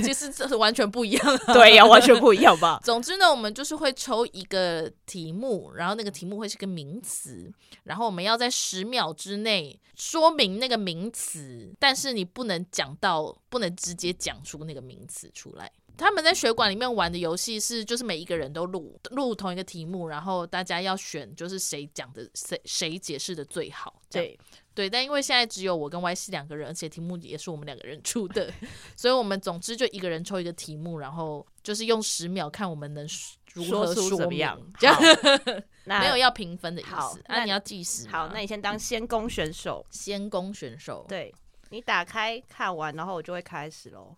[SPEAKER 1] 其实这完全不一样、 啊。？
[SPEAKER 2] 对呀、完全不一样 吧
[SPEAKER 1] 总之呢，我们就是会抽一个题目，然后那个题目会是个名词，然后我们要在十秒之内说明那个名词，但是你不能讲到，不能直接讲出那个名词出来。他们在学馆里面玩的游戏是，就是每一个人都录录同一个题目，然后大家要选，就是谁讲的谁谁解释的最好。这样
[SPEAKER 2] 对，
[SPEAKER 1] 对，但因为现在只有我跟 Y C 两个人，而且题目也是我们两个人出的， 所以我们总之就一个人抽一个题目，然后就是用十秒看我们能如
[SPEAKER 2] 说
[SPEAKER 1] 何
[SPEAKER 2] 出
[SPEAKER 1] 说
[SPEAKER 2] 怎么
[SPEAKER 1] 明
[SPEAKER 2] 样
[SPEAKER 1] 这样
[SPEAKER 2] 那
[SPEAKER 1] 没有要评分的意
[SPEAKER 2] 好
[SPEAKER 1] 思。啊
[SPEAKER 2] 那
[SPEAKER 1] 那你要计时吗。
[SPEAKER 3] 好，那你先当先攻选手。
[SPEAKER 1] 先攻选手，，
[SPEAKER 3] 对你打开看完，然后我就会开始喽。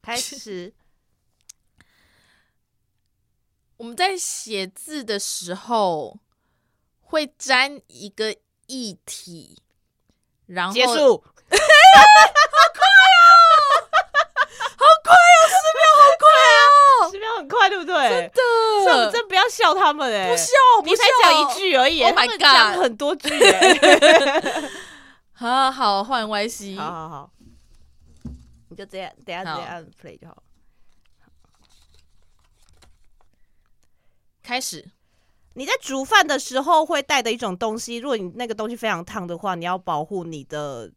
[SPEAKER 3] 开始，
[SPEAKER 1] 我们在写字的时候会沾一个液体，然后
[SPEAKER 2] 结 束，
[SPEAKER 1] 哦
[SPEAKER 2] 十秒很快，对不对？
[SPEAKER 1] 的
[SPEAKER 2] 所以我们真不要笑他们哎、
[SPEAKER 1] 不笑，
[SPEAKER 2] 你
[SPEAKER 1] 不
[SPEAKER 2] 才
[SPEAKER 1] 笑，
[SPEAKER 2] 讲一句而已、
[SPEAKER 1] Oh
[SPEAKER 2] 他
[SPEAKER 1] my
[SPEAKER 2] 们讲
[SPEAKER 1] God
[SPEAKER 2] 很多句、欸。
[SPEAKER 1] 好好换 Y C，
[SPEAKER 2] 好好好，
[SPEAKER 3] 你就这样，等一下直接
[SPEAKER 1] 好
[SPEAKER 3] 按 play 就好了。
[SPEAKER 1] 开始。
[SPEAKER 3] 你在煮饭的时候会带的一种东西，如果你那个东西非常烫的话，你要保护你的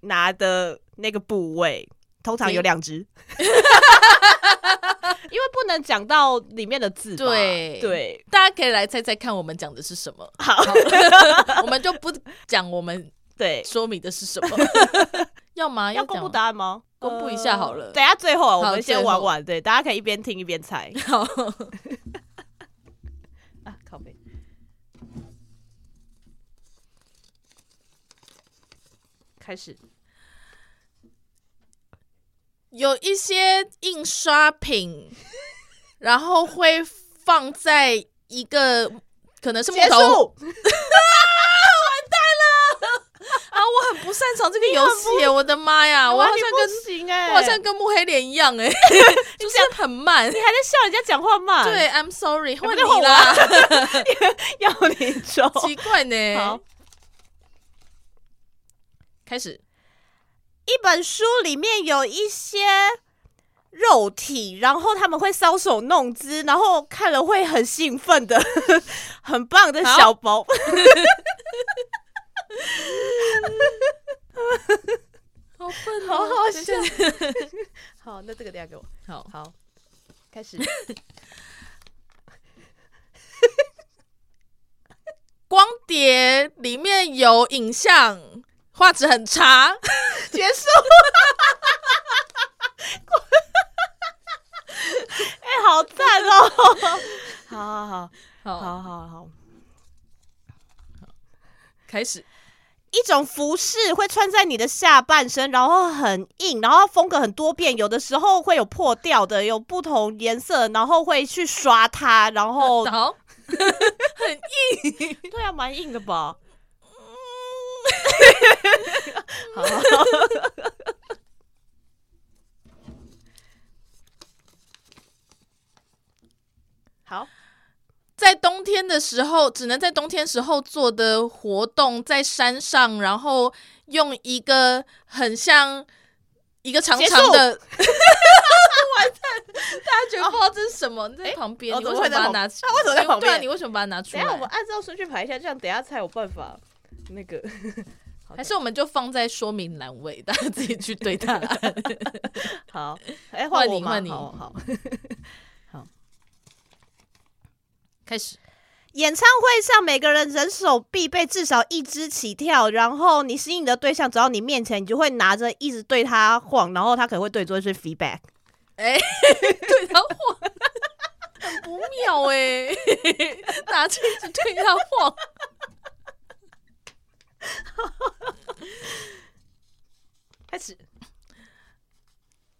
[SPEAKER 3] 拿的那个部位，通常有
[SPEAKER 1] 停
[SPEAKER 3] 两只。
[SPEAKER 2] 因为不能讲到里面的字吧。
[SPEAKER 1] 对
[SPEAKER 2] 对，
[SPEAKER 1] 大家可以来猜猜看，我们讲的是什么。
[SPEAKER 3] 好，
[SPEAKER 1] 我们就不讲我们
[SPEAKER 3] 对，
[SPEAKER 1] 说明的是什么，要吗？
[SPEAKER 2] 要
[SPEAKER 1] 讲
[SPEAKER 2] 公布
[SPEAKER 1] 吗
[SPEAKER 2] 答案吗？
[SPEAKER 1] 公布一下好了
[SPEAKER 3] 等一下最后啊，我
[SPEAKER 1] 好
[SPEAKER 3] 们先
[SPEAKER 1] 最
[SPEAKER 3] 玩
[SPEAKER 1] 后
[SPEAKER 3] 玩，对，大家可以一边听一边猜
[SPEAKER 1] 好，
[SPEAKER 3] 啊，靠背。开始，
[SPEAKER 1] 有一些印刷品，然后会放在一个可能是木
[SPEAKER 2] 结
[SPEAKER 1] 头
[SPEAKER 2] 束，
[SPEAKER 1] 啊，我很不擅长这个游戏耶，我的妈呀，我好像
[SPEAKER 2] 跟行哎、
[SPEAKER 3] 欸
[SPEAKER 1] 跟我好像跟木黑脸一样哎， 就是很慢
[SPEAKER 4] 你。还在笑人家讲话慢？，
[SPEAKER 1] 对，I'm sorry，换
[SPEAKER 4] 不对换
[SPEAKER 1] 你
[SPEAKER 4] 我
[SPEAKER 1] 啦，
[SPEAKER 4] 要你走。
[SPEAKER 1] 奇怪呢。
[SPEAKER 4] 好，
[SPEAKER 1] 开始
[SPEAKER 2] 一本书里面有一些肉体，然后他们会搔首弄姿，然后看了会很兴奋的， 很棒的小宝。
[SPEAKER 1] 好笨
[SPEAKER 4] 好
[SPEAKER 1] 哦，
[SPEAKER 4] 好
[SPEAKER 1] 等一
[SPEAKER 4] 笑
[SPEAKER 1] 下。
[SPEAKER 4] 好，那这个等下给我。
[SPEAKER 1] 好，
[SPEAKER 4] 好，开始。
[SPEAKER 1] 光碟里面有影像，画质很差，
[SPEAKER 2] 结束。 哎、好赞哦！
[SPEAKER 4] 好好好
[SPEAKER 1] 好，
[SPEAKER 4] 好好好，
[SPEAKER 1] 开始。
[SPEAKER 2] 一种服饰会穿在你的下半身，然后很硬，然后风格很多变，有的时候会有破掉的，有不同颜色，然后会去刷它，然后
[SPEAKER 1] 好，
[SPEAKER 4] 对啊，蛮硬的吧？好，好，
[SPEAKER 1] 在冬天的时候，只能在冬天时候做的活动，在山上，然后用一个很像一个长长的，完蛋， 大家觉得不知道这是什么，你在旁边，
[SPEAKER 4] 哦
[SPEAKER 1] 你为
[SPEAKER 4] 怎
[SPEAKER 1] 什
[SPEAKER 4] 么会
[SPEAKER 1] 么把它
[SPEAKER 4] 在旁
[SPEAKER 1] 拿出？
[SPEAKER 4] 啊为什么在旁
[SPEAKER 1] 对啊，
[SPEAKER 4] 边
[SPEAKER 1] 你为什么把它拿出
[SPEAKER 4] 等一下我们
[SPEAKER 1] 来？
[SPEAKER 4] 按照顺序排一下，这样等一下才有办法那个。
[SPEAKER 1] 还是我们就放在说明栏位，大家自己去对答案。
[SPEAKER 4] 好，哎、换
[SPEAKER 1] 换
[SPEAKER 4] 我
[SPEAKER 1] 你
[SPEAKER 4] 吗
[SPEAKER 1] 换你
[SPEAKER 4] 好好，
[SPEAKER 1] 开始，
[SPEAKER 2] 演唱会上，每个人人手必备至少一支起跳，然后你心仪的对象走到你面前，你就会拿着一直对他晃，然后他可能会对你做一些 feedback。
[SPEAKER 1] 哎、对他晃，很不妙哎、 拿镜子对他晃。
[SPEAKER 4] 开始。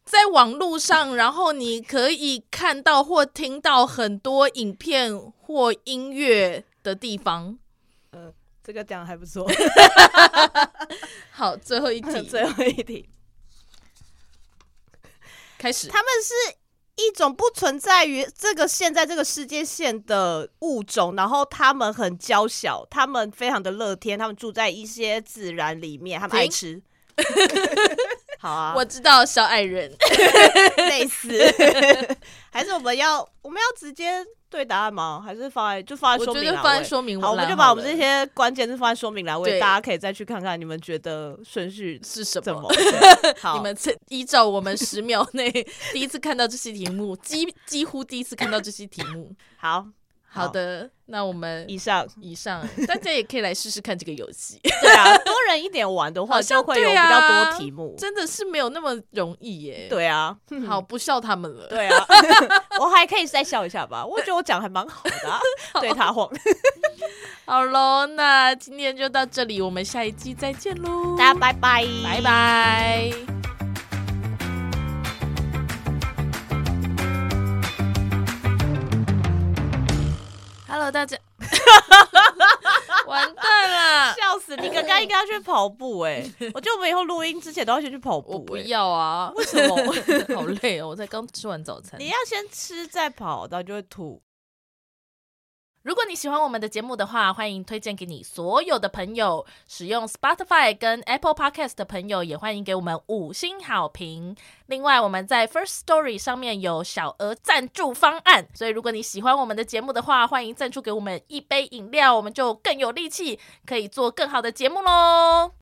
[SPEAKER 1] 在网络上，然后你可以看到或听到很多影片或音乐的地方。
[SPEAKER 2] 呃
[SPEAKER 4] 这个讲得还不 错，
[SPEAKER 1] 好，最后一题
[SPEAKER 4] 最后一题。
[SPEAKER 1] 开始。
[SPEAKER 2] 他们是一种不存在于这个现在这个世界线的物种，然后他们很娇小，他们非常的乐天，他们住在一些自然里面，他们爱
[SPEAKER 1] 停
[SPEAKER 2] 吃。好啊，
[SPEAKER 1] 我知道小矮人，
[SPEAKER 2] 类似，还是我们要我们要直接对答案吗？还是放在就放在
[SPEAKER 1] 我
[SPEAKER 2] 说
[SPEAKER 1] 觉
[SPEAKER 2] 明
[SPEAKER 1] 得
[SPEAKER 2] 栏
[SPEAKER 1] 放在
[SPEAKER 2] 位
[SPEAKER 1] 说明
[SPEAKER 2] 好，我们
[SPEAKER 1] 栏
[SPEAKER 2] 就把
[SPEAKER 1] 好
[SPEAKER 2] 我们
[SPEAKER 1] 了
[SPEAKER 2] 这些关键字放在说明栏位，
[SPEAKER 1] 对
[SPEAKER 2] 大家可以再去看看你们觉得顺序
[SPEAKER 1] 是什
[SPEAKER 2] 怎
[SPEAKER 1] 么
[SPEAKER 2] 么。。对好，
[SPEAKER 1] 你们这依照我们十秒内第一次看到这些题目，几几乎第一次看到这些题目。
[SPEAKER 2] 好，
[SPEAKER 1] 好的，那我们
[SPEAKER 2] 以上
[SPEAKER 1] 以上大家也可以来试试看这个游 戏，
[SPEAKER 2] 对啊，多人一点玩的
[SPEAKER 1] 好
[SPEAKER 2] 话，
[SPEAKER 1] 像
[SPEAKER 2] 就会有
[SPEAKER 1] 对
[SPEAKER 2] 比
[SPEAKER 1] 啊
[SPEAKER 2] 较多题目。
[SPEAKER 1] 真的是没有那么容易耶。
[SPEAKER 2] 对啊，
[SPEAKER 1] 好，不笑他们了。
[SPEAKER 2] 对啊，我还可以再笑一下吧。我觉得我讲得还蛮好的 啊、对他晃。
[SPEAKER 1] 好喽，那今天就到这里，我们下一季再见喽，
[SPEAKER 2] 大家拜拜，
[SPEAKER 1] 拜拜。Hello，大家， 完蛋 啦！
[SPEAKER 2] 笑死！你刚刚应该要去跑步哎、 我觉得我们以后录音之前都要先去跑步、
[SPEAKER 1] 我不
[SPEAKER 2] 哎
[SPEAKER 1] 要啊！为
[SPEAKER 2] 什么？
[SPEAKER 1] 好累哦，我才刚吃完早餐
[SPEAKER 2] 你。要先吃再跑，然后就会吐。
[SPEAKER 1] 如果你喜欢我们的节目的话，欢迎推荐给你所有的朋友。使用 Spotify 跟 Apple Podcast 的朋友，也欢迎给我们五星好评。另外，我们在 First Story 上面有小额赞助方案，所以如果你喜欢我们的节目的话，欢迎赞助给我们一杯饮料，我们就更有力气，可以做更好的节目喽。